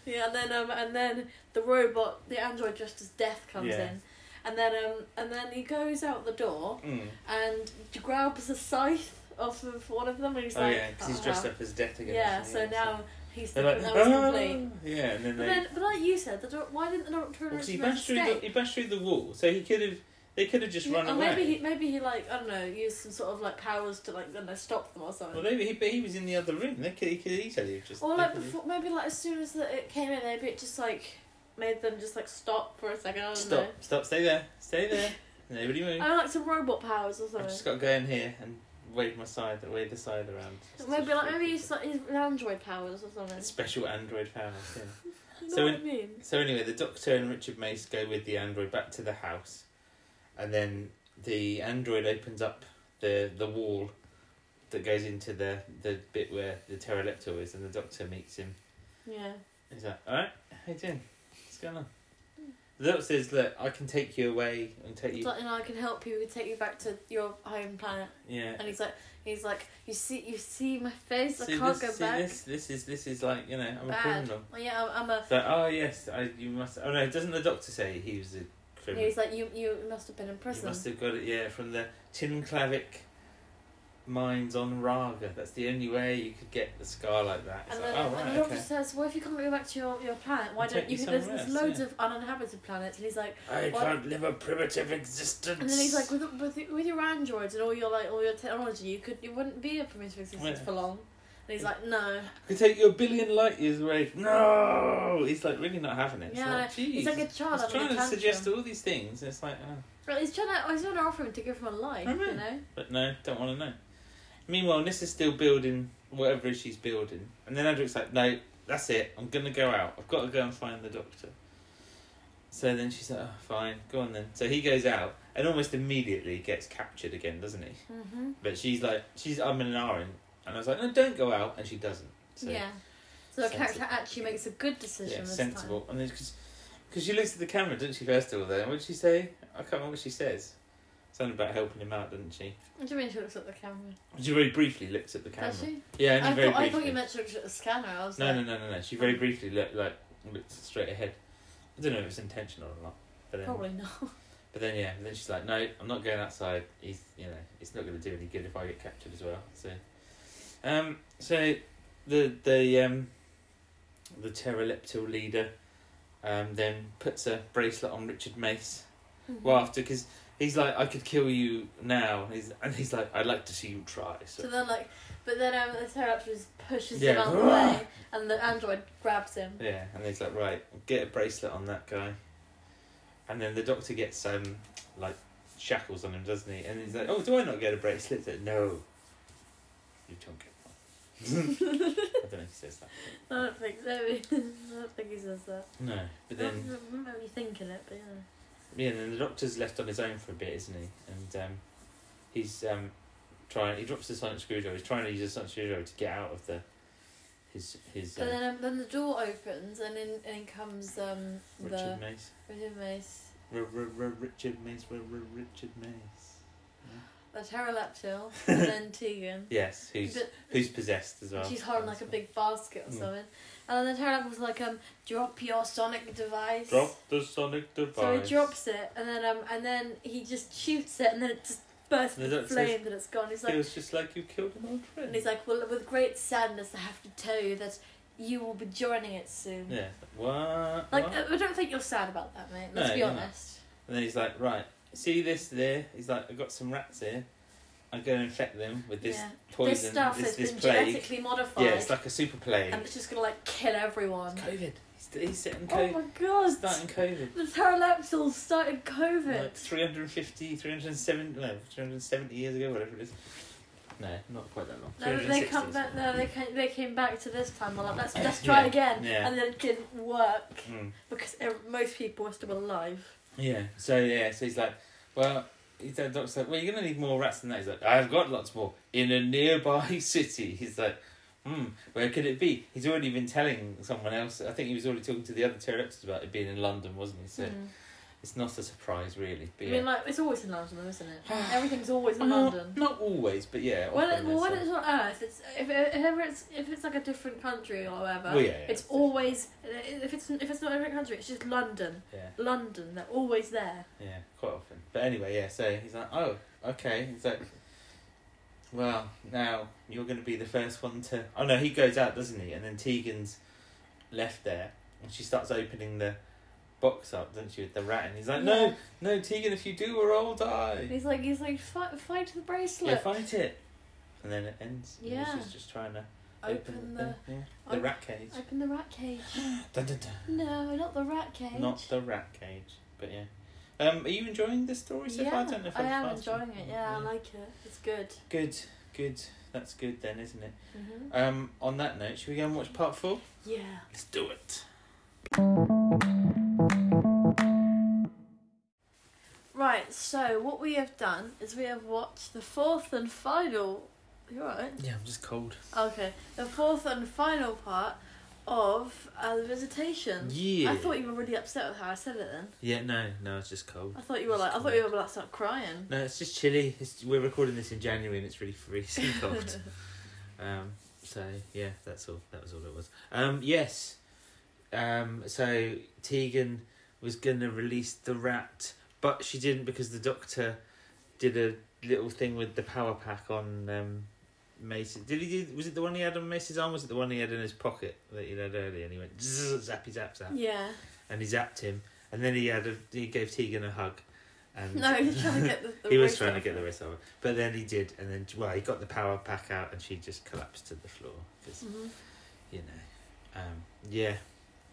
Speaker 2: Yeah, and then um, and then the robot, the android dressed as Death comes
Speaker 3: Yeah.
Speaker 2: in, and then um, and then he goes out the door
Speaker 3: Mm.
Speaker 2: and grabs a scythe off of one of them, and he's
Speaker 3: Oh
Speaker 2: like,
Speaker 3: yeah, because he's
Speaker 2: "Ah."
Speaker 3: dressed up as death again.
Speaker 2: Yeah,
Speaker 3: isn't
Speaker 2: so
Speaker 3: he?
Speaker 2: now he's
Speaker 3: they're
Speaker 2: thinking
Speaker 3: like,
Speaker 2: that was
Speaker 3: "Ah!"
Speaker 2: complete.
Speaker 3: yeah, and
Speaker 2: But
Speaker 3: then they.
Speaker 2: then, but like you said, the do- why didn't the doctor
Speaker 3: Well, 'cause he
Speaker 2: originally
Speaker 3: bashed through the
Speaker 2: escape?
Speaker 3: he bashed through the wall, so he could have they could have just
Speaker 2: Yeah,
Speaker 3: run
Speaker 2: or
Speaker 3: away.
Speaker 2: maybe he maybe he like I don't know used some sort of like powers to like I don't know stop them or something.
Speaker 3: Well, maybe he, but he was in the other room. They could he could easily have just.
Speaker 2: Or
Speaker 3: they
Speaker 2: like
Speaker 3: could have
Speaker 2: before, maybe like as soon as the, it came in, maybe it just like made them just like stop for a second. I don't
Speaker 3: Stop! Stop! Stay there! Stay there! Nobody move!
Speaker 2: know. I like some robot powers or
Speaker 3: I've
Speaker 2: something.
Speaker 3: just got to go in here and wave my side, wave the side around. Just
Speaker 2: Maybe
Speaker 3: to-
Speaker 2: like maybe it's like his android powers or something.
Speaker 3: special android powers. Yeah.
Speaker 2: You know
Speaker 3: so
Speaker 2: what
Speaker 3: in-
Speaker 2: I mean?
Speaker 3: So anyway, the Doctor and Richard Mace go with the android back to the house, and then the android opens up the the wall that goes into the the bit where the pteroleptil is, and the Doctor meets him.
Speaker 2: Yeah.
Speaker 3: He's like, "All right, how you doing? What's going on?" The Doctor says, "Look, I can take you away and take
Speaker 2: It's
Speaker 3: you."
Speaker 2: like, you know, I can help you. Take you back to your home planet.
Speaker 3: Yeah.
Speaker 2: And he's like, he's like, you see, you see my face.
Speaker 3: See
Speaker 2: I can't
Speaker 3: this,
Speaker 2: go
Speaker 3: see
Speaker 2: back.
Speaker 3: This, this is this is like you know I'm a
Speaker 2: Bad.
Speaker 3: criminal.
Speaker 2: Well, yeah, I'm, I'm a.
Speaker 3: It's like, oh yes, I you must. Oh no, doesn't the Doctor say he was a criminal?
Speaker 2: He's like, you, you must have been in
Speaker 3: You
Speaker 2: prison.
Speaker 3: must have got it, yeah, from the Timclavic mines on Raga. That's the only way you could get the scar like that. It's
Speaker 2: And
Speaker 3: like,
Speaker 2: then,
Speaker 3: oh,
Speaker 2: and
Speaker 3: right,
Speaker 2: the doctor
Speaker 3: okay.
Speaker 2: says, "Well, if you can't go back to your, your planet, why
Speaker 3: I'll
Speaker 2: don't
Speaker 3: take
Speaker 2: you?
Speaker 3: you
Speaker 2: there's,
Speaker 3: somewhere
Speaker 2: there's
Speaker 3: else,
Speaker 2: loads
Speaker 3: yeah.
Speaker 2: of uninhabited planets." And he's like,
Speaker 3: I
Speaker 2: what-
Speaker 3: can't live a primitive existence.
Speaker 2: and then he's like, with, with, with your androids and all your like all your technology, you could you wouldn't be a primitive existence
Speaker 3: Yeah.
Speaker 2: for long. And he's like, no.
Speaker 3: I could take you a billion light years away. No! He's like, really not having it. It's
Speaker 2: Yeah,
Speaker 3: like,
Speaker 2: He's
Speaker 3: geez.
Speaker 2: like a child.
Speaker 3: He's
Speaker 2: having a
Speaker 3: trying to
Speaker 2: tantrum.
Speaker 3: suggest all these things, and it's like, oh.
Speaker 2: But he's trying to. He's trying to offer him to give him a life.
Speaker 3: I
Speaker 2: You
Speaker 3: mean.
Speaker 2: know.
Speaker 3: But no, don't want to know. Meanwhile, Nissa's still building whatever she's building. And then Edric's like, no, that's it. I'm going to go out. I've got to go and find the doctor. So then she's like, oh, fine, go on then. So he goes out and almost immediately gets captured again, doesn't he?
Speaker 2: Mm-hmm.
Speaker 3: But she's like, she's, I'm in an iron. And I was like, no, don't go out. And she doesn't. So,
Speaker 2: yeah. So the character
Speaker 3: sensible.
Speaker 2: actually makes a good
Speaker 3: yeah,
Speaker 2: decision this
Speaker 3: sensible. And because she looks at the camera, doesn't she, first of all, then? What'd she say? I can't remember what she says. Something about helping him out, doesn't she?
Speaker 2: time. What do you mean she looks at the camera?
Speaker 3: She very briefly looks at the camera.
Speaker 2: Does she?
Speaker 3: Yeah, only
Speaker 2: I
Speaker 3: very
Speaker 2: thought, I
Speaker 3: briefly.
Speaker 2: thought you meant she looked at the scanner. I was
Speaker 3: No,
Speaker 2: like,
Speaker 3: no, no, no, no. She very briefly looked like looked straight ahead. I don't know if it's intentional or not, but then,
Speaker 2: probably not.
Speaker 3: but then yeah, then she's like, no, I'm not going outside. He's, you know, it's not going to do any good if I get captured as well. So, um, so the the um, the pteroleptil leader, um, then puts a bracelet on Richard Mace. Well,
Speaker 2: Mm.
Speaker 3: after because he's like, I could kill you now. He's and he's like, I'd like to see you try. So,
Speaker 2: So then, like, but then um, the Terraptor just pushes
Speaker 3: Yeah.
Speaker 2: him out of the way, and the android grabs him.
Speaker 3: Yeah, and he's like, right, get a bracelet on that guy. And then the doctor gets um like shackles on him, doesn't he? And he's like, oh, do I not get a bracelet? He's like, no, you don't get one. I don't know if he says that.
Speaker 2: I don't think so. I don't think he says that.
Speaker 3: No, but then
Speaker 2: I don't remember you thinking it, but yeah.
Speaker 3: Yeah, and then the doctor's left on his own for a bit, isn't he? And um, he's um, trying. He drops the sonic screwdriver. He's trying to use the sonic screwdriver to get out of the his his
Speaker 2: But
Speaker 3: uh,
Speaker 2: then, um, then the door opens and in, in comes um, the
Speaker 3: Richard Mace.
Speaker 2: Richard Mace,
Speaker 3: R- r- r- Richard Mace. R- r- Richard Mace.
Speaker 2: the pterodactyl, and then Tegan.
Speaker 3: Yes, who's
Speaker 2: But
Speaker 3: who's possessed as well.
Speaker 2: she's holding like a big basket or
Speaker 3: Mm.
Speaker 2: something. And then the pterodactyl's like, um, drop your sonic device.
Speaker 3: Drop the sonic device.
Speaker 2: So he drops it, and then um, and then he just shoots it, and then it just bursts
Speaker 3: And the
Speaker 2: into
Speaker 3: doctor
Speaker 2: flames, and it's gone. He's
Speaker 3: It
Speaker 2: like,
Speaker 3: was just like you killed an old friend.
Speaker 2: and he's like, well, with great sadness, I have to tell you that you will be joining it soon.
Speaker 3: yeah. What?
Speaker 2: Like,
Speaker 3: what?
Speaker 2: I I don't think you're sad about that, mate. Let's
Speaker 3: No,
Speaker 2: be
Speaker 3: you're not.
Speaker 2: honest.
Speaker 3: And then he's like, right, see this there? He's like, I've got some rats here. I'm going to infect them with this
Speaker 2: Yeah.
Speaker 3: poison,
Speaker 2: this stuff
Speaker 3: this,
Speaker 2: has
Speaker 3: this
Speaker 2: been
Speaker 3: plague.
Speaker 2: genetically modified,
Speaker 3: Yeah, it's like a super plague.
Speaker 2: and it's just gonna like kill everyone.
Speaker 3: It's COVID. He's, he's setting
Speaker 2: Oh
Speaker 3: COVID.
Speaker 2: my god!
Speaker 3: starting COVID.
Speaker 2: The pterodactyl started COVID.
Speaker 3: Like 350, 370, no, 370 years ago, whatever it is. No, not quite that long.
Speaker 2: No, but they
Speaker 3: 360
Speaker 2: come
Speaker 3: or
Speaker 2: back.
Speaker 3: something.
Speaker 2: No, they came, they came back to this time. They're like, let's let's try
Speaker 3: Yeah,
Speaker 2: again,
Speaker 3: yeah.
Speaker 2: and then it didn't work
Speaker 3: Mm.
Speaker 2: because ev- most people were still alive.
Speaker 3: Yeah, so yeah, so he's like, well, he's the doctor's like, well, you're going to need more rats than that. He's like, I've got lots more in a nearby city. He's like, hmm, where could it be? He's already been telling someone else. I think he was already talking to the other pterodactyls about it being in London, wasn't he? So
Speaker 2: Mm.
Speaker 3: it's not a surprise, really. But
Speaker 2: I
Speaker 3: yeah.
Speaker 2: mean, like it's always in London, though, isn't it? Everything's always in
Speaker 3: not,
Speaker 2: London.
Speaker 3: Not always, but yeah.
Speaker 2: When,
Speaker 3: often
Speaker 2: it, well, when
Speaker 3: there's
Speaker 2: it's on Earth, it's if, if ever it's if it's like a different country or whatever,
Speaker 3: Well, yeah, yeah,
Speaker 2: it's
Speaker 3: it's
Speaker 2: always if it's if it's not a different country, it's just London,
Speaker 3: some- Yeah,
Speaker 2: London. They're always there.
Speaker 3: yeah, quite often. But anyway, yeah, so he's like, oh, okay. He's like, well, now you're going to be the first one to. Oh no, he goes out, doesn't he? And then Tegan's left there and she starts opening the box up, doesn't she, with the rat? And he's like, no, no, Tegan, if you do, we're all
Speaker 2: And
Speaker 3: die.
Speaker 2: he's like he's like fight, fight the bracelet,
Speaker 3: Yeah, fight it. And then it ends. And
Speaker 2: Yeah.
Speaker 3: She's just trying to
Speaker 2: open, the
Speaker 3: yeah, the
Speaker 2: open-
Speaker 3: rat cage.
Speaker 2: open the rat cage.
Speaker 3: Dun, dun, dun.
Speaker 2: No, not the rat cage.
Speaker 3: Not the rat cage, but yeah. Um, are you enjoying this story so
Speaker 2: yeah,
Speaker 3: far? I don't know if I've
Speaker 2: am
Speaker 3: asked you.
Speaker 2: enjoying it. Yeah, I like it. It's good.
Speaker 3: Good, good. That's good then, isn't it?
Speaker 2: hmm
Speaker 3: Um, on that note, should we go and watch part four?
Speaker 2: Yeah.
Speaker 3: Let's do it.
Speaker 2: Right. So what we have done is we have watched the fourth and final. You're right.
Speaker 3: Yeah, I'm just cold.
Speaker 2: Okay, the fourth and final part of uh, the visitation.
Speaker 3: Yeah.
Speaker 2: I thought you were really upset with how I said it then.
Speaker 3: Yeah, no, no, it's just cold.
Speaker 2: I thought you were like, I thought you were about to start crying.
Speaker 3: No, it's just chilly. It's, we're recording this in January and it's really freezing cold. um, so yeah, that's all. That was all it was. Um, yes. Um, so Tegan was gonna release the rat, but she didn't because the doctor did a little thing with the power pack on um, Mason. Did he do? Was it the one he had on Mason's arm? Was it the one he had in his pocket that he had earlier? And he went zzz, zappy zap zap,
Speaker 2: Yeah.
Speaker 3: and he zapped him, and then he had a, he gave Tegan a hug. And
Speaker 2: No, he was trying to get the. the
Speaker 3: he was
Speaker 2: race
Speaker 3: trying to
Speaker 2: off.
Speaker 3: get the rest of it, but then he did, and then well, he got the power pack out, and she just collapsed to the floor because
Speaker 2: Mhm.
Speaker 3: you know, um, yeah.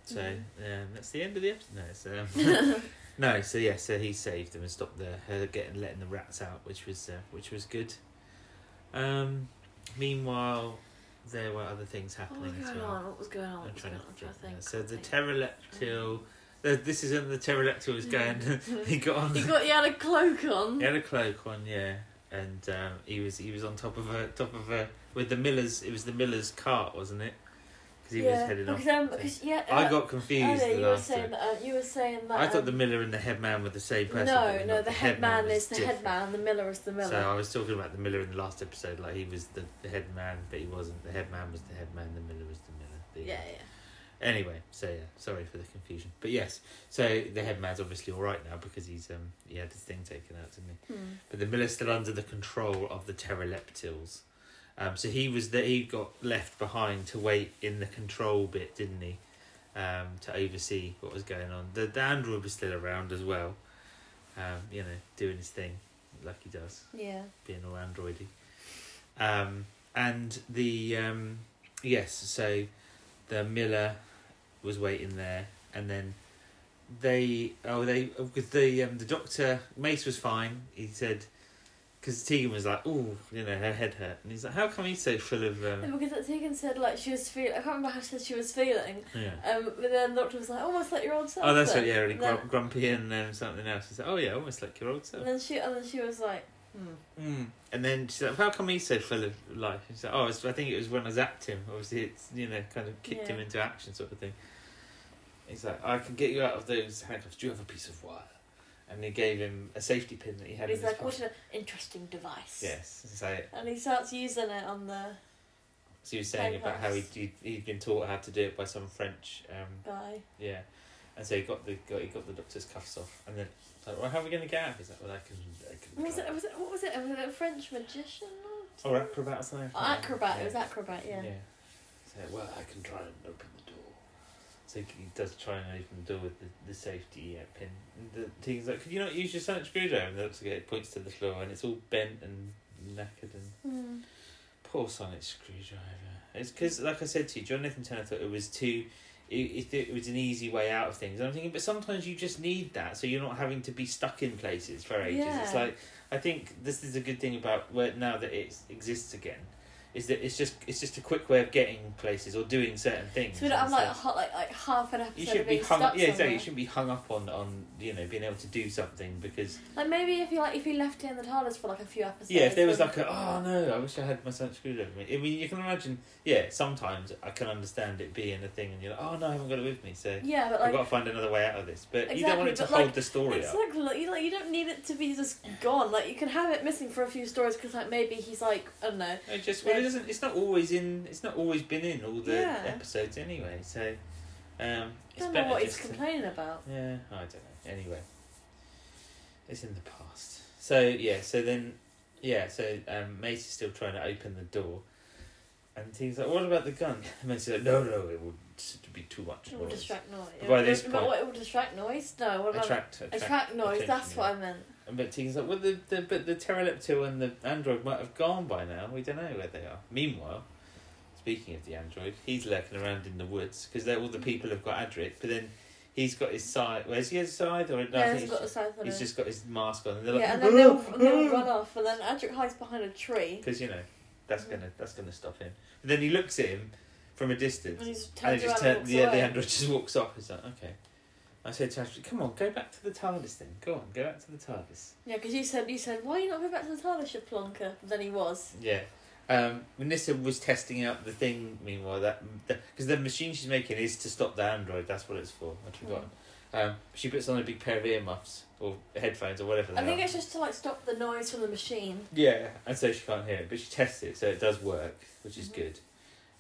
Speaker 3: So
Speaker 2: Mhm.
Speaker 3: um, that's the end of the episode. No, so, um, no, so yeah, so he saved them and stopped the her getting letting the rats out, which was uh, which was good. Um, meanwhile, there were other things
Speaker 2: What
Speaker 3: happening
Speaker 2: was
Speaker 3: as
Speaker 2: going
Speaker 3: well.
Speaker 2: on? What was going on? Oh, What
Speaker 3: I'm
Speaker 2: was
Speaker 3: trying
Speaker 2: going
Speaker 3: to,
Speaker 2: on? I'm trying to
Speaker 3: think.
Speaker 2: think. mm.
Speaker 3: now. So the
Speaker 2: Think.
Speaker 3: pterodactyl. th- This is when the pterodactyl was going. he got on.
Speaker 2: Mm. He got. He had a cloak on.
Speaker 3: He had a cloak on, yeah, and um, he was he was on top of a top of a with the miller's. It was the miller's cart, wasn't it? Because he was heading off.
Speaker 2: because, um, because yeah.
Speaker 3: I
Speaker 2: uh,
Speaker 3: got confused.
Speaker 2: Earlier,
Speaker 3: the
Speaker 2: you were
Speaker 3: last
Speaker 2: saying
Speaker 3: time.
Speaker 2: that. Uh, you were saying that.
Speaker 3: I
Speaker 2: um,
Speaker 3: thought the miller and the headman were the same person. but
Speaker 2: No,
Speaker 3: they're
Speaker 2: no.
Speaker 3: not.
Speaker 2: The headman
Speaker 3: was
Speaker 2: is the
Speaker 3: different.
Speaker 2: headman. The miller is the miller.
Speaker 3: So I was talking about the miller in the last episode, like he was the, the headman, but he wasn't. The headman was the headman. The miller was the miller. The,
Speaker 2: yeah, yeah.
Speaker 3: Anyway, so yeah, sorry for the confusion, but yes, so the headman's obviously all right now because he's um he had his thing taken out, didn't he?
Speaker 2: Hmm.
Speaker 3: but the miller's still under the control of the pteroleptils. Um, so he was that he got left behind to wait in the control bit, didn't he? Um, to oversee what was going on. The, the android was still around as well. Um, you know, doing his thing, like he does,
Speaker 2: Yeah.
Speaker 3: being all androidy. Um, and the um, yes, so the miller was waiting there, and then oh, they oh they because the um, the doctor Mace was fine. He said, because Tegan was like, "Oh, you know, her head hurt," and he's like, "How come he's so full of?" Um,
Speaker 2: because that Tegan said like she was feeling. I can't remember how she said she was feeling.
Speaker 3: yeah.
Speaker 2: Um, but then the doctor was like, almost like your old self.
Speaker 3: Oh, that's
Speaker 2: then.
Speaker 3: right. Yeah, really
Speaker 2: And
Speaker 3: gr-
Speaker 2: then,
Speaker 3: grumpy and um, something else. He's like, "Oh yeah, almost like your old
Speaker 2: and
Speaker 3: self."
Speaker 2: then she and then she was like, hmm.
Speaker 3: Mm. And then she's like, "How come he's so full of life?" He's like, "Oh, it's, I think it was when I zapped him. Obviously, it's you know kind of kicked
Speaker 2: Yeah.
Speaker 3: him into action, sort of thing." He's like, "I can get you out of those handcuffs. Do you have a piece of wire?" And he gave him a safety pin that he had.
Speaker 2: He's
Speaker 3: in his
Speaker 2: like, what Um,
Speaker 3: pocket.
Speaker 2: an interesting device.
Speaker 3: Yes. He's like,
Speaker 2: And he starts using it on the
Speaker 3: so he was saying about how
Speaker 2: Handcuffs.
Speaker 3: he'd, he'd been taught how to do it by some French um,
Speaker 2: guy.
Speaker 3: Yeah, and so he got the got, he got the doctor's cuffs off, and then it's like, well, how are we going to get out? of here?" He's like, well, I can, I can.
Speaker 2: What was
Speaker 3: try."
Speaker 2: it? Was it? What was it? Was it a French magician?
Speaker 3: Or acrobat or something.
Speaker 2: Oh, acrobat. It was acrobat. Yeah.
Speaker 3: So well, I can try and open the door. So he does try and open the door with the, the safety uh, pin. And the thing's like, could you not use your sonic screwdriver? And the doctor goes- points to the floor, and it's all bent and knackered and
Speaker 2: Hmm.
Speaker 3: Poor Sonic Screwdriver. It's because, like I said to you, Jonathan Turner thought it was too. It, it, it was an easy way out of things. I'm thinking, but sometimes you just need that, so you're not having to be stuck in places for ages. It's
Speaker 2: Yeah.
Speaker 3: like I think this is a good thing about where now that it exists again, is that it's just it's just a quick way of getting places or doing certain things.
Speaker 2: So we don't have
Speaker 3: It's
Speaker 2: like, a hot, like like half an episode
Speaker 3: you
Speaker 2: of
Speaker 3: should be
Speaker 2: being
Speaker 3: hung.
Speaker 2: stuck
Speaker 3: Yeah,
Speaker 2: somewhere.
Speaker 3: exactly. You shouldn't be hung up on on you know being able to do something because
Speaker 2: Like maybe if you like if you left it in the TARDIS for like a few episodes.
Speaker 3: Yeah, if there was
Speaker 2: then-
Speaker 3: like a oh no, I wish I had my sonic screwdriver. with me." I mean, you can imagine. Yeah, sometimes I can understand it being a thing, and you're like, oh no, I haven't got it with me, so
Speaker 2: Yeah, but
Speaker 3: I've got
Speaker 2: like
Speaker 3: to find another way out of this. But you don't
Speaker 2: Exactly,
Speaker 3: want it to
Speaker 2: but,
Speaker 3: hold
Speaker 2: like,
Speaker 3: the story up.
Speaker 2: exactly. Like, you- like you don't need it to be just gone. Like you can have it missing for a few stories because like maybe he's like I don't know.
Speaker 3: It just well, it
Speaker 2: Yeah.
Speaker 3: doesn't. It's not always in. It's not always been in all the
Speaker 2: Yeah.
Speaker 3: episodes anyway. So, um,
Speaker 2: I
Speaker 3: it's
Speaker 2: don't know
Speaker 3: better
Speaker 2: what he's
Speaker 3: just to-
Speaker 2: complaining about.
Speaker 3: Yeah, I don't know. Anyway, it's in the past. So yeah, so then yeah, so um, Mace is still trying to open the door, and he's like, "What about the gun?" And Macy's like, "No, no, it would s- be too much
Speaker 2: It will
Speaker 3: noise.
Speaker 2: distract noise.
Speaker 3: But by this
Speaker 2: But
Speaker 3: point-
Speaker 2: what, it will distract noise. No, what about
Speaker 3: Attract, attract,
Speaker 2: attract noise?
Speaker 3: attention,
Speaker 2: That's what
Speaker 3: yeah.
Speaker 2: I meant.
Speaker 3: And but Tegan's like, "Well, the, the but the pterodactyl and the android might have gone by now. We don't know where they are." Meanwhile. Speaking of the android, he's lurking around in the woods because all
Speaker 2: Mm.
Speaker 3: the people have got Adric, but then he's got his side. Where's he his side? Or no, I
Speaker 2: yeah,
Speaker 3: think
Speaker 2: he's
Speaker 3: it's
Speaker 2: got the south
Speaker 3: He's just got his mask on, and they're like,
Speaker 2: Yeah, and then they'll, they'll run off, and then Adric hides behind a tree,
Speaker 3: because you know that's gonna that's gonna stop him. And then he looks at him from a distance,
Speaker 2: and he's
Speaker 3: and
Speaker 2: turns
Speaker 3: he just
Speaker 2: around and
Speaker 3: turns.
Speaker 2: walks
Speaker 3: Yeah, the
Speaker 2: away.
Speaker 3: android just walks off. He's like, okay. I said to Ashley, "Come on, go back to the TARDIS then. Go on, go back to the TARDIS."
Speaker 2: Yeah, because you said you said why are you not going back to the TARDIS, you plonker? But then he was.
Speaker 3: Yeah. Um, Vanessa was testing out the thing. Meanwhile, that because the machine she's making is to stop the android. That's what it's for. I'd forgotten.
Speaker 2: Mm.
Speaker 3: Um, she puts on a big pair of earmuffs or headphones or whatever. They
Speaker 2: I think
Speaker 3: are.
Speaker 2: it's just to like stop the noise from the machine.
Speaker 3: Yeah, and so she can't hear it, but she tests it, so it does work, which is
Speaker 2: Mhm.
Speaker 3: good.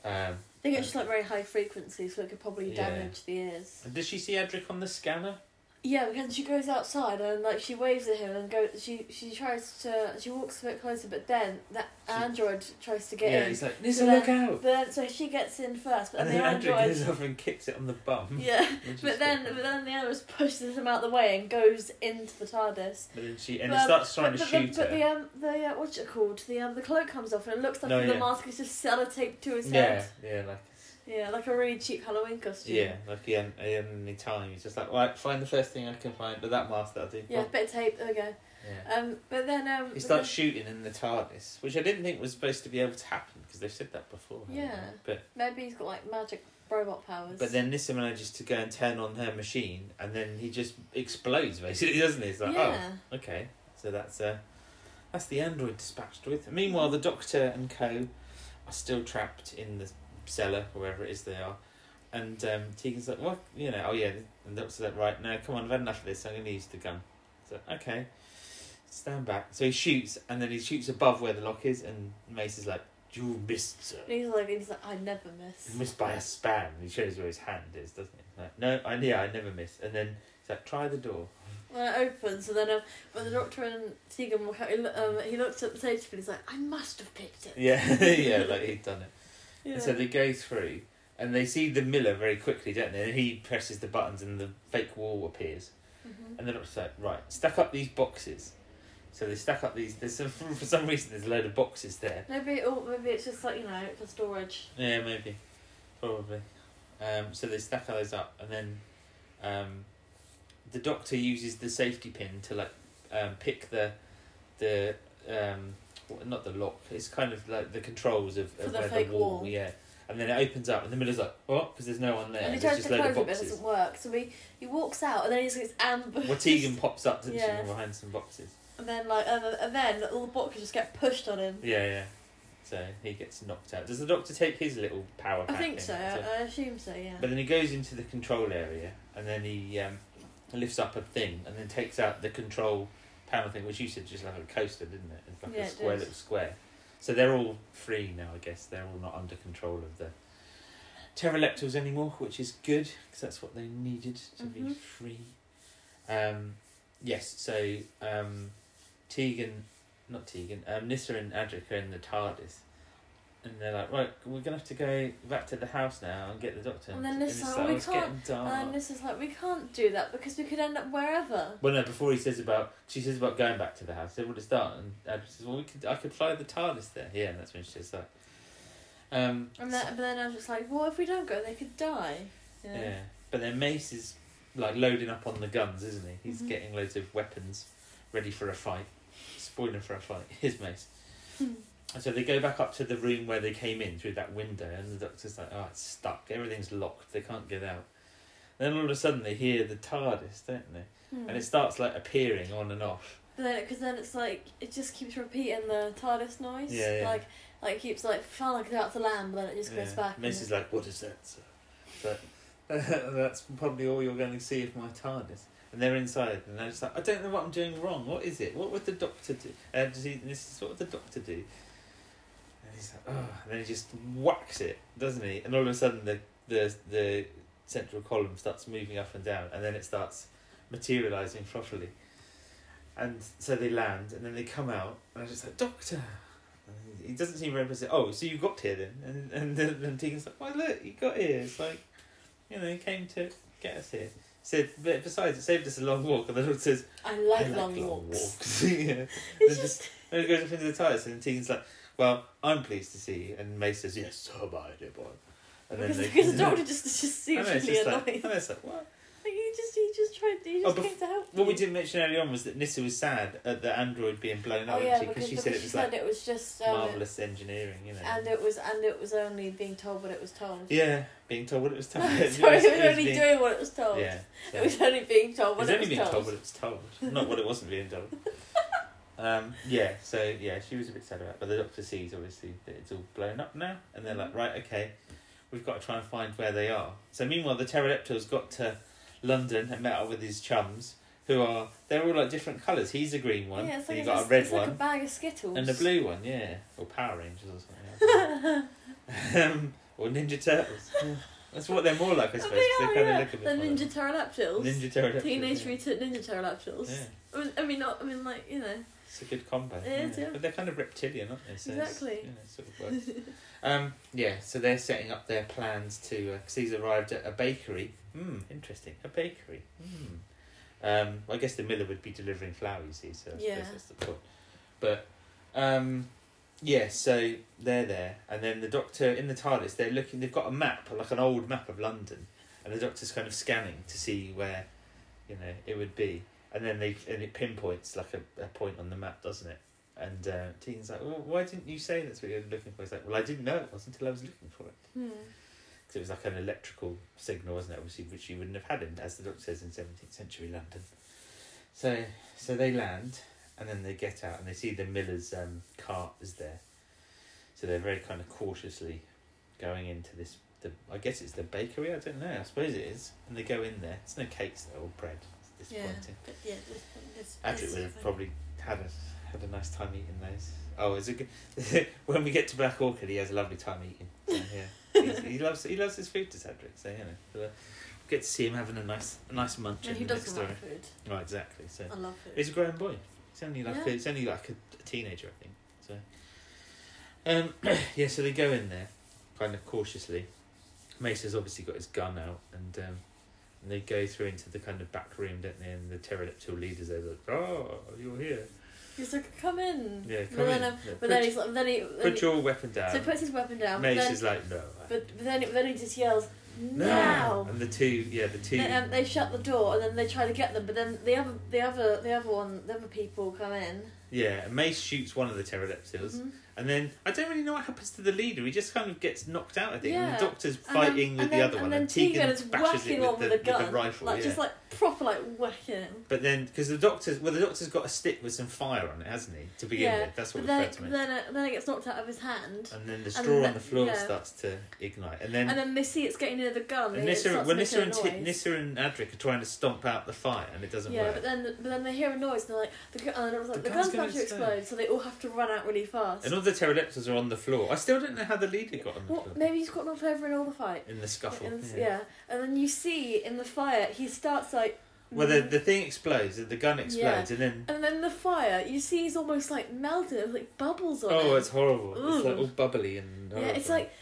Speaker 3: Um,
Speaker 2: I think it's just like very high frequency, so it could probably
Speaker 3: Yeah.
Speaker 2: damage the ears.
Speaker 3: and does she see Adric on the scanner?
Speaker 2: Yeah, because she goes outside and like she waves at him and goes. She she tries to she walks a bit closer, but then that
Speaker 3: She-
Speaker 2: android tries to get
Speaker 3: yeah,
Speaker 2: in.
Speaker 3: he's like, Nissa,
Speaker 2: So
Speaker 3: look
Speaker 2: But
Speaker 3: out!
Speaker 2: then so she gets in first, but
Speaker 3: and
Speaker 2: then
Speaker 3: then
Speaker 2: the
Speaker 3: Adric goes
Speaker 2: android.
Speaker 3: over and kicks it on the bum.
Speaker 2: Yeah,
Speaker 3: which is
Speaker 2: but then
Speaker 3: good.
Speaker 2: but then the android pushes him out the way and goes into the TARDIS.
Speaker 3: But then she and
Speaker 2: But,
Speaker 3: it starts
Speaker 2: um,
Speaker 3: trying to
Speaker 2: but,
Speaker 3: shoot
Speaker 2: the, but,
Speaker 3: her.
Speaker 2: the um the uh, what's it called? The um the cloak comes off and it looks like
Speaker 3: No,
Speaker 2: the
Speaker 3: yeah.
Speaker 2: mask is just sellotaped to his
Speaker 3: yeah,
Speaker 2: head.
Speaker 3: yeah, like
Speaker 2: Yeah, like a really cheap Halloween costume.
Speaker 3: yeah, like he hadn't, he hadn't any time. He's just like, right, find the first thing I can find, but that mask that'll do.
Speaker 2: Yeah,
Speaker 3: Oh,
Speaker 2: bit of tape, there we go.
Speaker 3: yeah.
Speaker 2: Um but then um
Speaker 3: He starts shooting in the TARDIS, which I didn't think was supposed to be able to happen because they've said that before. haven't
Speaker 2: Yeah.
Speaker 3: they? but
Speaker 2: maybe he's got like magic robot powers.
Speaker 3: But then Nissa manages to go and turn on her machine, and then he just explodes basically, doesn't he? It's like,
Speaker 2: yeah.
Speaker 3: oh, okay. So that's uh, that's the android dispatched with. Meanwhile, the Doctor and Co. are still trapped in the cellar, or wherever it is they are. And um, Tegan's like, what? You know, oh yeah. And the Doctor's like, right, no, come on, I've had enough of this. I'm going to use the gun. So okay, stand back. So he shoots, and then he shoots above where the lock is, and Mace is like, you missed, sir.
Speaker 2: And he's like he's like, I never miss.
Speaker 3: You missed by a span. He shows where his hand is, doesn't he? Like, no, I yeah, I never miss. And then he's like, try the door.
Speaker 2: When it opens and then um, when the doctor and Tegan walk out he, lo- um, he looks at the safety pin, he's like, I must have picked it.
Speaker 3: Yeah, yeah, like he'd done it.
Speaker 2: Yeah.
Speaker 3: And so they go through, and they see the miller very quickly, don't they? And he presses the buttons, and the fake wall appears.
Speaker 2: Mhm.
Speaker 3: And the doctor's like, right, stack up these boxes. So they stack up these. There's some, for some reason there's a load of boxes there.
Speaker 2: Maybe it all, maybe it's just like, you know, for storage.
Speaker 3: Yeah, maybe, probably. Um, so they stack all those up, and then um, the doctor uses the safety pin to like um, pick the the um, what- not the lock. It's kind of like the controls of,
Speaker 2: For
Speaker 3: of
Speaker 2: the
Speaker 3: where
Speaker 2: fake
Speaker 3: the wall,
Speaker 2: wall.
Speaker 3: Yeah, and then it opens up, and the miller's like, "What?" Because there's no one there.
Speaker 2: and he tries
Speaker 3: There's just
Speaker 2: to
Speaker 3: a load of
Speaker 2: close it, but it
Speaker 3: boxes.
Speaker 2: doesn't work. So he, he walks out, and then he just gets ambushed.
Speaker 3: Watigan pops up, doesn't she,
Speaker 2: Yeah.
Speaker 3: from behind some boxes.
Speaker 2: And then like, and, and then all the boxes just get pushed on him.
Speaker 3: Yeah, yeah. So he gets knocked out. Does the doctor take his little power?
Speaker 2: I
Speaker 3: pack
Speaker 2: think
Speaker 3: thing?
Speaker 2: so. I, I assume so. Yeah.
Speaker 3: But then he goes into the control area and then he um, lifts up a thing and then takes out the control panel thing, which you said just like a coaster, didn't it? It's like
Speaker 2: Yeah,
Speaker 3: a
Speaker 2: it
Speaker 3: square
Speaker 2: does.
Speaker 3: little square. So they're all free now, I guess. They're all not under control of the pteroleptals anymore, which is good because that's what they needed to be
Speaker 2: Mhm.
Speaker 3: free. Um, yes, so um, Tegan, not Tegan, um, Nissa and Adric are in the TARDIS. And they're like, right, we're gonna have to go back to the house now and get the doctor.
Speaker 2: And then Nissa's
Speaker 3: it's
Speaker 2: like, "We
Speaker 3: "It's
Speaker 2: can't." uh,
Speaker 3: getting dark."
Speaker 2: And this is like, we can't do that because we could end up wherever.
Speaker 3: Well, no. Before he says about, she says about going back to the house. They want to start, and Adric says, "Well, we could, I could fly the TARDIS there." Yeah, and that's when she says that. Um,
Speaker 2: And then, but then I was just like, well, if we don't go, they could die. You know?
Speaker 3: yeah, but then Mace is like loading up on the guns, isn't he? He's
Speaker 2: Mhm.
Speaker 3: getting loads of weapons ready for a fight. Spoiler for a fight. Here's Mace. And so they go back up to the room where they came in through that window, and the doctor's like, "Oh, it's stuck. Everything's locked. They can't get out." Then all of a sudden they hear the TARDIS, don't they?
Speaker 2: Hmm.
Speaker 3: And it starts like appearing on and off.
Speaker 2: But then, because then it's like it just keeps repeating the TARDIS noise.
Speaker 3: Yeah, yeah.
Speaker 2: Like, like it keeps like falling out the lamb, but then it just goes back. and
Speaker 3: Mace is like, "What is that?" Sir? But that's probably all you're going to see of my TARDIS. And they're inside, and they're just like, "I don't know what I'm doing wrong. What is it? What would the doctor do?" And does he, and this is what would the doctor do. And he's like, "Oh," and then he just whacks it, doesn't he? And all of a sudden, the the the central column starts moving up and down, and then it starts materializing properly. And so they land, and then they come out, and I'm just like, Doctor! And he he doesn't seem very impressed. Oh, so you got here then? And and then, then Tegan's like, Why look, you got here. It's like, you know, you came to get us here. Said, but besides, it saved us a long walk. And the Lord says,
Speaker 2: I like
Speaker 3: "I
Speaker 2: long walks.
Speaker 3: yeah.
Speaker 2: It's
Speaker 3: Then
Speaker 2: just
Speaker 3: And he goes up into the TARDIS, and Tegan's like, Well, I'm pleased to see you. And Mace says, Yes, so am I, dear boy. And
Speaker 2: because,
Speaker 3: they-
Speaker 2: because the doctor just just
Speaker 3: I know,
Speaker 2: seems
Speaker 3: it's
Speaker 2: really
Speaker 3: just
Speaker 2: annoying.
Speaker 3: like, I know, it's like, What?
Speaker 2: Like, he just he just tried he
Speaker 3: Oh,
Speaker 2: just
Speaker 3: bef-
Speaker 2: came to help.
Speaker 3: What we
Speaker 2: you.
Speaker 3: didn't mention early on was that Nissa was sad at the android being blown
Speaker 2: Oh
Speaker 3: up,
Speaker 2: yeah,
Speaker 3: she?
Speaker 2: because,
Speaker 3: Because she
Speaker 2: because
Speaker 3: said it was like
Speaker 2: it was just um,
Speaker 3: marvelous engineering, you know.
Speaker 2: and it was and it was only being told what it was told.
Speaker 3: yeah, being told what it was told.
Speaker 2: Sorry, it was only doing what it was told.
Speaker 3: Yeah, so-
Speaker 2: It was only being told what
Speaker 3: It was
Speaker 2: it
Speaker 3: only
Speaker 2: was
Speaker 3: being
Speaker 2: told.
Speaker 3: told what it was told, not what it wasn't being told. um, yeah, so yeah, she was a bit sad about, it, but the doctor sees obviously that it's all blown up now, and they're
Speaker 2: Mm-hmm.
Speaker 3: like, right, okay, we've got to try and find where they are. So meanwhile, the pterodactyl's got to London and met up with his chums, who are they're all like different colours. He's a green one,
Speaker 2: Yeah, it's like,
Speaker 3: then you
Speaker 2: it's,
Speaker 3: got a
Speaker 2: just-
Speaker 3: red
Speaker 2: it's
Speaker 3: one,
Speaker 2: like a bag of Skittles. Oh,
Speaker 3: And the blue one, yeah. Or Power Rangers or something. like um, or Ninja Turtles. That's what they're more like, I
Speaker 2: Oh,
Speaker 3: suppose.
Speaker 2: they
Speaker 3: 'cause
Speaker 2: are,
Speaker 3: they kind
Speaker 2: yeah.
Speaker 3: of look a bit
Speaker 2: The
Speaker 3: more
Speaker 2: Ninja
Speaker 3: like-
Speaker 2: Pterodactyls.
Speaker 3: Ninja Turtles.
Speaker 2: Teenage
Speaker 3: yeah.
Speaker 2: Mutant Ninja Pterodactyls.
Speaker 3: yeah,
Speaker 2: I mean- I mean, not. I mean, like you know.
Speaker 3: it's a good combo.
Speaker 2: It is, yeah.
Speaker 3: But they're kind of reptilian, aren't they? So it's-
Speaker 2: Exactly.
Speaker 3: You know, it sort of works. um, yeah, so they're setting up their plans to. Because he's arrived at a bakery. Hmm, interesting. A bakery. Hmm. Um, well, I guess the miller would be delivering flour, you see, so I
Speaker 2: Yeah.
Speaker 3: suppose that's the point. But, um, yeah, so they're there, and then the doctor in the TARDIS, they're looking, they've got a map, like an old map of London, and the doctor's kind of scanning to see where, you know, it would be. And then they, and it pinpoints like a, a point on the map, doesn't it? And uh, Teen's like, well, why didn't you say that's what you're looking for? He's like, well, I didn't know it was until I was looking for it.
Speaker 2: Hmm.
Speaker 3: Because it was like an electrical signal, wasn't it? Obviously, which you wouldn't have had in, as the doctor says, in 17th century London. So, so they land and then they get out and they see the miller's um, cart is there. So they're very kind of cautiously going into this. The I guess it's the bakery. I don't know. I suppose it is. And they go in there. It's no cakes though, or bread. It's
Speaker 2: Yeah.
Speaker 3: disappointing.
Speaker 2: But yeah. This, this,
Speaker 3: Adric
Speaker 2: this
Speaker 3: would have probably had a had a nice time eating those. Oh, is it good? when we get to Black Orchid, he has a lovely time eating. So, yeah, He's- he loves he loves his food, does Adric? So you know, we'll get to see him having a nice a nice munch
Speaker 2: No,
Speaker 3: in
Speaker 2: he
Speaker 3: the next
Speaker 2: doesn't
Speaker 3: story.
Speaker 2: like food.
Speaker 3: Right, exactly. So
Speaker 2: I love food.
Speaker 3: he's a growing boy. He's only like
Speaker 2: Yeah.
Speaker 3: a, he's only like a, a teenager, I think. So, um, yeah. So they go in there, kind of cautiously. Mace has obviously got his gun out, and um, and they go through into the kind of back room, don't they? And the pterodactyl leaders there, like, oh, you're here.
Speaker 2: He's like, come in.
Speaker 3: Yeah,
Speaker 2: But
Speaker 3: come
Speaker 2: then,
Speaker 3: in.
Speaker 2: um,
Speaker 3: Yeah,
Speaker 2: but
Speaker 3: put,
Speaker 2: then he's like, then he. Then
Speaker 3: put
Speaker 2: he
Speaker 3: your weapon down.
Speaker 2: so he puts his weapon down.
Speaker 3: Mace
Speaker 2: but then,
Speaker 3: is like, no. I-
Speaker 2: But, but then, then he just yells,
Speaker 3: no.
Speaker 2: now.
Speaker 3: And the two, yeah, the two.
Speaker 2: They, um, they shut the door and then they try to get them, but then the other, the other, the other one, the other people come in
Speaker 3: Yeah, and Mace shoots one of the pterodactyls,
Speaker 2: Mhm.
Speaker 3: and then I don't really know what happens to the leader. He just kind of gets knocked out, I think. And
Speaker 2: Yeah.
Speaker 3: the doctor's
Speaker 2: And then-
Speaker 3: fighting with
Speaker 2: and
Speaker 3: the
Speaker 2: then-
Speaker 3: other one,
Speaker 2: and then
Speaker 3: and Tegan
Speaker 2: is
Speaker 3: bashes it
Speaker 2: whacking
Speaker 3: with,
Speaker 2: on
Speaker 3: the,
Speaker 2: with a gun,
Speaker 3: with the rifle.
Speaker 2: like
Speaker 3: yeah.
Speaker 2: just like proper like whacking him.
Speaker 3: But then, because the doctor's well, the doctor's got a stick with some fire on it, hasn't he? To begin
Speaker 2: Yeah,
Speaker 3: with, that's
Speaker 2: But
Speaker 3: what was
Speaker 2: then
Speaker 3: referred to me.
Speaker 2: then it, then it gets knocked out of his hand,
Speaker 3: and then the
Speaker 2: and
Speaker 3: straw
Speaker 2: then-
Speaker 3: on the floor
Speaker 2: yeah.
Speaker 3: starts to ignite, and then
Speaker 2: and then they see it's getting near the gun.
Speaker 3: and
Speaker 2: they- it
Speaker 3: Nissa,
Speaker 2: starts making
Speaker 3: well, Nissa
Speaker 2: a
Speaker 3: and T-
Speaker 2: noise.
Speaker 3: Nissa and Adric are trying to stomp out the fire, and it doesn't
Speaker 2: Yeah,
Speaker 3: work.
Speaker 2: but then but then they hear a noise and they're like the, gu- and I was like,
Speaker 3: The
Speaker 2: the,
Speaker 3: gun's
Speaker 2: gun's
Speaker 3: gonna
Speaker 2: about to
Speaker 3: explode."
Speaker 2: explode, so they all have to run out really fast.
Speaker 3: and all the pterodactyls are on the floor. I still don't know how the leader got on the
Speaker 2: Well,
Speaker 3: floor
Speaker 2: maybe he's got knocked over in all the fight.
Speaker 3: in the scuffle.
Speaker 2: And, yeah. and then you see in the fire he starts like.
Speaker 3: Well, the, the thing explodes, the gun explodes, and then
Speaker 2: And then the fire, you see he's almost like melted. There's like bubbles on
Speaker 3: oh,
Speaker 2: him.
Speaker 3: it's horrible. It's like
Speaker 2: Ooh.
Speaker 3: all bubbly and
Speaker 2: yeah,
Speaker 3: horrible.
Speaker 2: it's like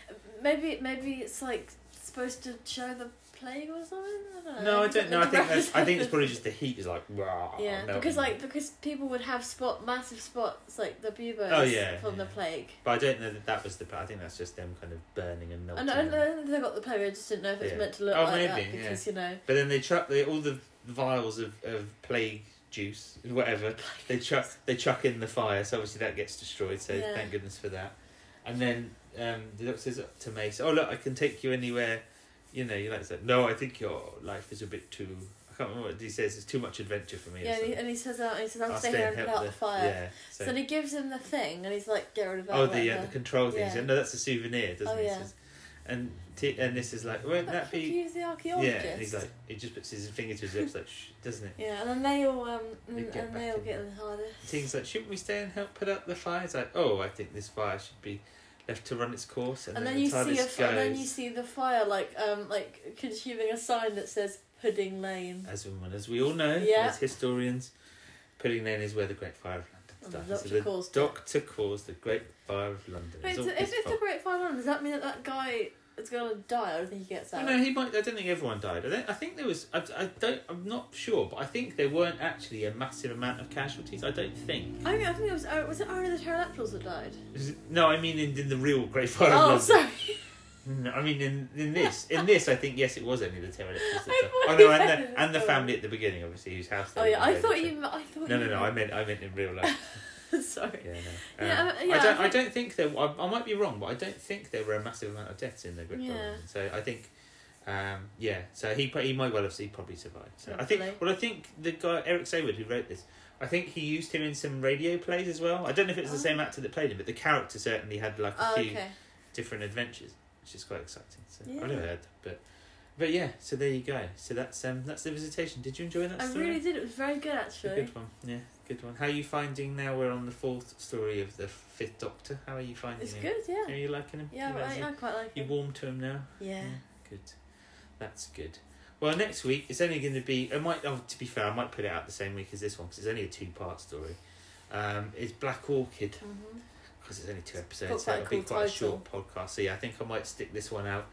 Speaker 2: maybe maybe it's like supposed to show the plague or something. I don't know.
Speaker 3: no, I don't know. I think that's, I think it's probably just
Speaker 2: the
Speaker 3: the heat is like rah,
Speaker 2: yeah,
Speaker 3: melting.
Speaker 2: because like because people would have spot massive spots like the buboes
Speaker 3: Oh, yeah,
Speaker 2: from the
Speaker 3: yeah.
Speaker 2: plague.
Speaker 3: But I don't know that that was the. I think that's just them kind of burning and melting.
Speaker 2: And uh, I don't know if they got the plague. I just didn't know if it's
Speaker 3: Yeah.
Speaker 2: meant to look
Speaker 3: Oh,
Speaker 2: like that
Speaker 3: maybe, yeah.
Speaker 2: because you know.
Speaker 3: But then they chuck they, all the vials of, of plague juice, whatever. They chuck they chuck in the fire, so obviously that gets destroyed. So
Speaker 2: Yeah.
Speaker 3: thank goodness for that. And then um, the doctor says to Mace, "Oh look, I can take you anywhere." You know, you like said, "No, I think your life is a bit too." I can't remember what he says. It's too much adventure for me. or
Speaker 2: Yeah, and he,
Speaker 3: something.
Speaker 2: and he says out. And he says, "I'll,
Speaker 3: I'll
Speaker 2: stay here and put
Speaker 3: help
Speaker 2: out the, fire."
Speaker 3: Yeah.
Speaker 2: So
Speaker 3: So,
Speaker 2: then he gives him the thing, and he's like, "Get rid of that."
Speaker 3: oh, the uh,
Speaker 2: whatever."
Speaker 3: the control thing.
Speaker 2: yeah.
Speaker 3: He said, no, that's a souvenir, doesn't
Speaker 2: Oh,
Speaker 3: he? He
Speaker 2: yeah.
Speaker 3: says- and t- and this is like,
Speaker 2: But
Speaker 3: won't that
Speaker 2: could
Speaker 3: be?
Speaker 2: you use the
Speaker 3: Yeah.
Speaker 2: archaeologist.
Speaker 3: And he's like, he just puts his finger to his lips, like, Shh, doesn't it?
Speaker 2: Yeah, and then they all um,
Speaker 3: They
Speaker 2: and,
Speaker 3: get
Speaker 2: and
Speaker 3: back
Speaker 2: they all
Speaker 3: in
Speaker 2: get in the hardest.
Speaker 3: Things like, shouldn't we stay and help put out the fire? It's like, oh, I think this fire should be left to run its course, and,
Speaker 2: And
Speaker 3: then,
Speaker 2: then you
Speaker 3: the TARDIS
Speaker 2: see a,
Speaker 3: goes
Speaker 2: fi- and then you see the fire like um like consuming a sign that says Pudding Lane.
Speaker 3: as we, as we all know,
Speaker 2: Yeah.
Speaker 3: as historians, Pudding Lane is where the Great Fire of
Speaker 2: And
Speaker 3: London
Speaker 2: the doctor
Speaker 3: started. so
Speaker 2: caused
Speaker 3: the
Speaker 2: it.
Speaker 3: Doctor caused the Great Fire of London.
Speaker 2: Wait,
Speaker 3: It's
Speaker 2: so
Speaker 3: all his
Speaker 2: if it's the
Speaker 3: fault.
Speaker 2: Great Fire Run, does that mean that that guy is gonna die? I don't think he gets
Speaker 3: Oh,
Speaker 2: out.
Speaker 3: no, he might. I don't think everyone died. I, don't, I think there was. I, I don't. I'm not sure, but I think there weren't actually a massive amount of casualties. I don't think.
Speaker 2: I think I think it was oh, was it only the pterodactyls that died?
Speaker 3: Is it- No, I mean in, in the real Great Fire of
Speaker 2: Oh,
Speaker 3: London.
Speaker 2: sorry.
Speaker 3: No, I mean, in, in this, in this, I think yes, it was only the
Speaker 2: I
Speaker 3: pterodactyls. that died.
Speaker 2: thought
Speaker 3: Oh no,
Speaker 2: you
Speaker 3: and
Speaker 2: meant
Speaker 3: the, and the
Speaker 2: the-
Speaker 3: family at the beginning, obviously, whose house. they
Speaker 2: Oh
Speaker 3: were
Speaker 2: yeah, I
Speaker 3: invaded,
Speaker 2: thought
Speaker 3: so-
Speaker 2: you. me- I thought
Speaker 3: No,
Speaker 2: you
Speaker 3: no, no. I
Speaker 2: meant-
Speaker 3: meant, I meant in real life.
Speaker 2: sorry.
Speaker 3: Yeah, no.
Speaker 2: Yeah,
Speaker 3: Um,
Speaker 2: I- yeah,
Speaker 3: I
Speaker 2: I
Speaker 3: don't. I
Speaker 2: think-
Speaker 3: don't think there. I, I might be wrong, but I don't think there were a massive amount of deaths in the Great Fire of
Speaker 2: Yeah.
Speaker 3: London. So I think, um, yeah. So he pro- he might well have. He probably survived. So I think.
Speaker 2: Hopefully.
Speaker 3: Well, I think the guy Eric Sayward who wrote this. I think he used him in some radio plays as well. I don't know if it's the same
Speaker 2: Oh.
Speaker 3: actor that played him, but the character certainly had like a
Speaker 2: Oh,
Speaker 3: few
Speaker 2: okay.
Speaker 3: different adventures, which is quite exciting. So
Speaker 2: Yeah.
Speaker 3: I never heard, that, but but yeah. So there you go. So that's um that's the visitation. Did you enjoy that
Speaker 2: I
Speaker 3: story?
Speaker 2: really did. It was very good
Speaker 3: It's a
Speaker 2: actually.
Speaker 3: good one. Yeah, good one. How are you finding now? We're on the fourth story of the fifth Doctor. How are you finding
Speaker 2: It's
Speaker 3: him?
Speaker 2: good,
Speaker 3: Are
Speaker 2: yeah.
Speaker 3: you liking him?
Speaker 2: Yeah,
Speaker 3: you,
Speaker 2: but
Speaker 3: like
Speaker 2: I, I
Speaker 3: him?
Speaker 2: quite like
Speaker 3: you
Speaker 2: it.
Speaker 3: warm to him now.
Speaker 2: Yeah.
Speaker 3: Good. That's good. Well, next week it's only going to be. I might. Oh, to be fair, I might put it out the same week as this one because it's only a two-part story. Um, it's Black Orchid
Speaker 2: hmm
Speaker 3: because it's only two
Speaker 2: got
Speaker 3: episodes, so
Speaker 2: quite a
Speaker 3: it'll be
Speaker 2: cool
Speaker 3: quite
Speaker 2: title.
Speaker 3: a short podcast. So yeah, I think I might stick this one out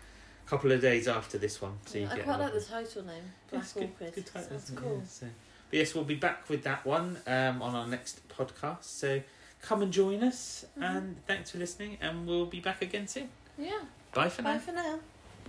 Speaker 3: a couple of days after this one. So you
Speaker 2: I
Speaker 3: get
Speaker 2: quite
Speaker 3: a-
Speaker 2: like the title name, Black
Speaker 3: It's good-
Speaker 2: Orchid.
Speaker 3: good title,
Speaker 2: Sounds
Speaker 3: isn't it?
Speaker 2: cool.
Speaker 3: Yeah, so- But yes, we'll be back with that one um, on our next podcast. So come and join us.
Speaker 2: Mhm.
Speaker 3: And thanks for listening. And we'll be back again soon.
Speaker 2: Yeah.
Speaker 3: Bye for now.
Speaker 2: Bye for now.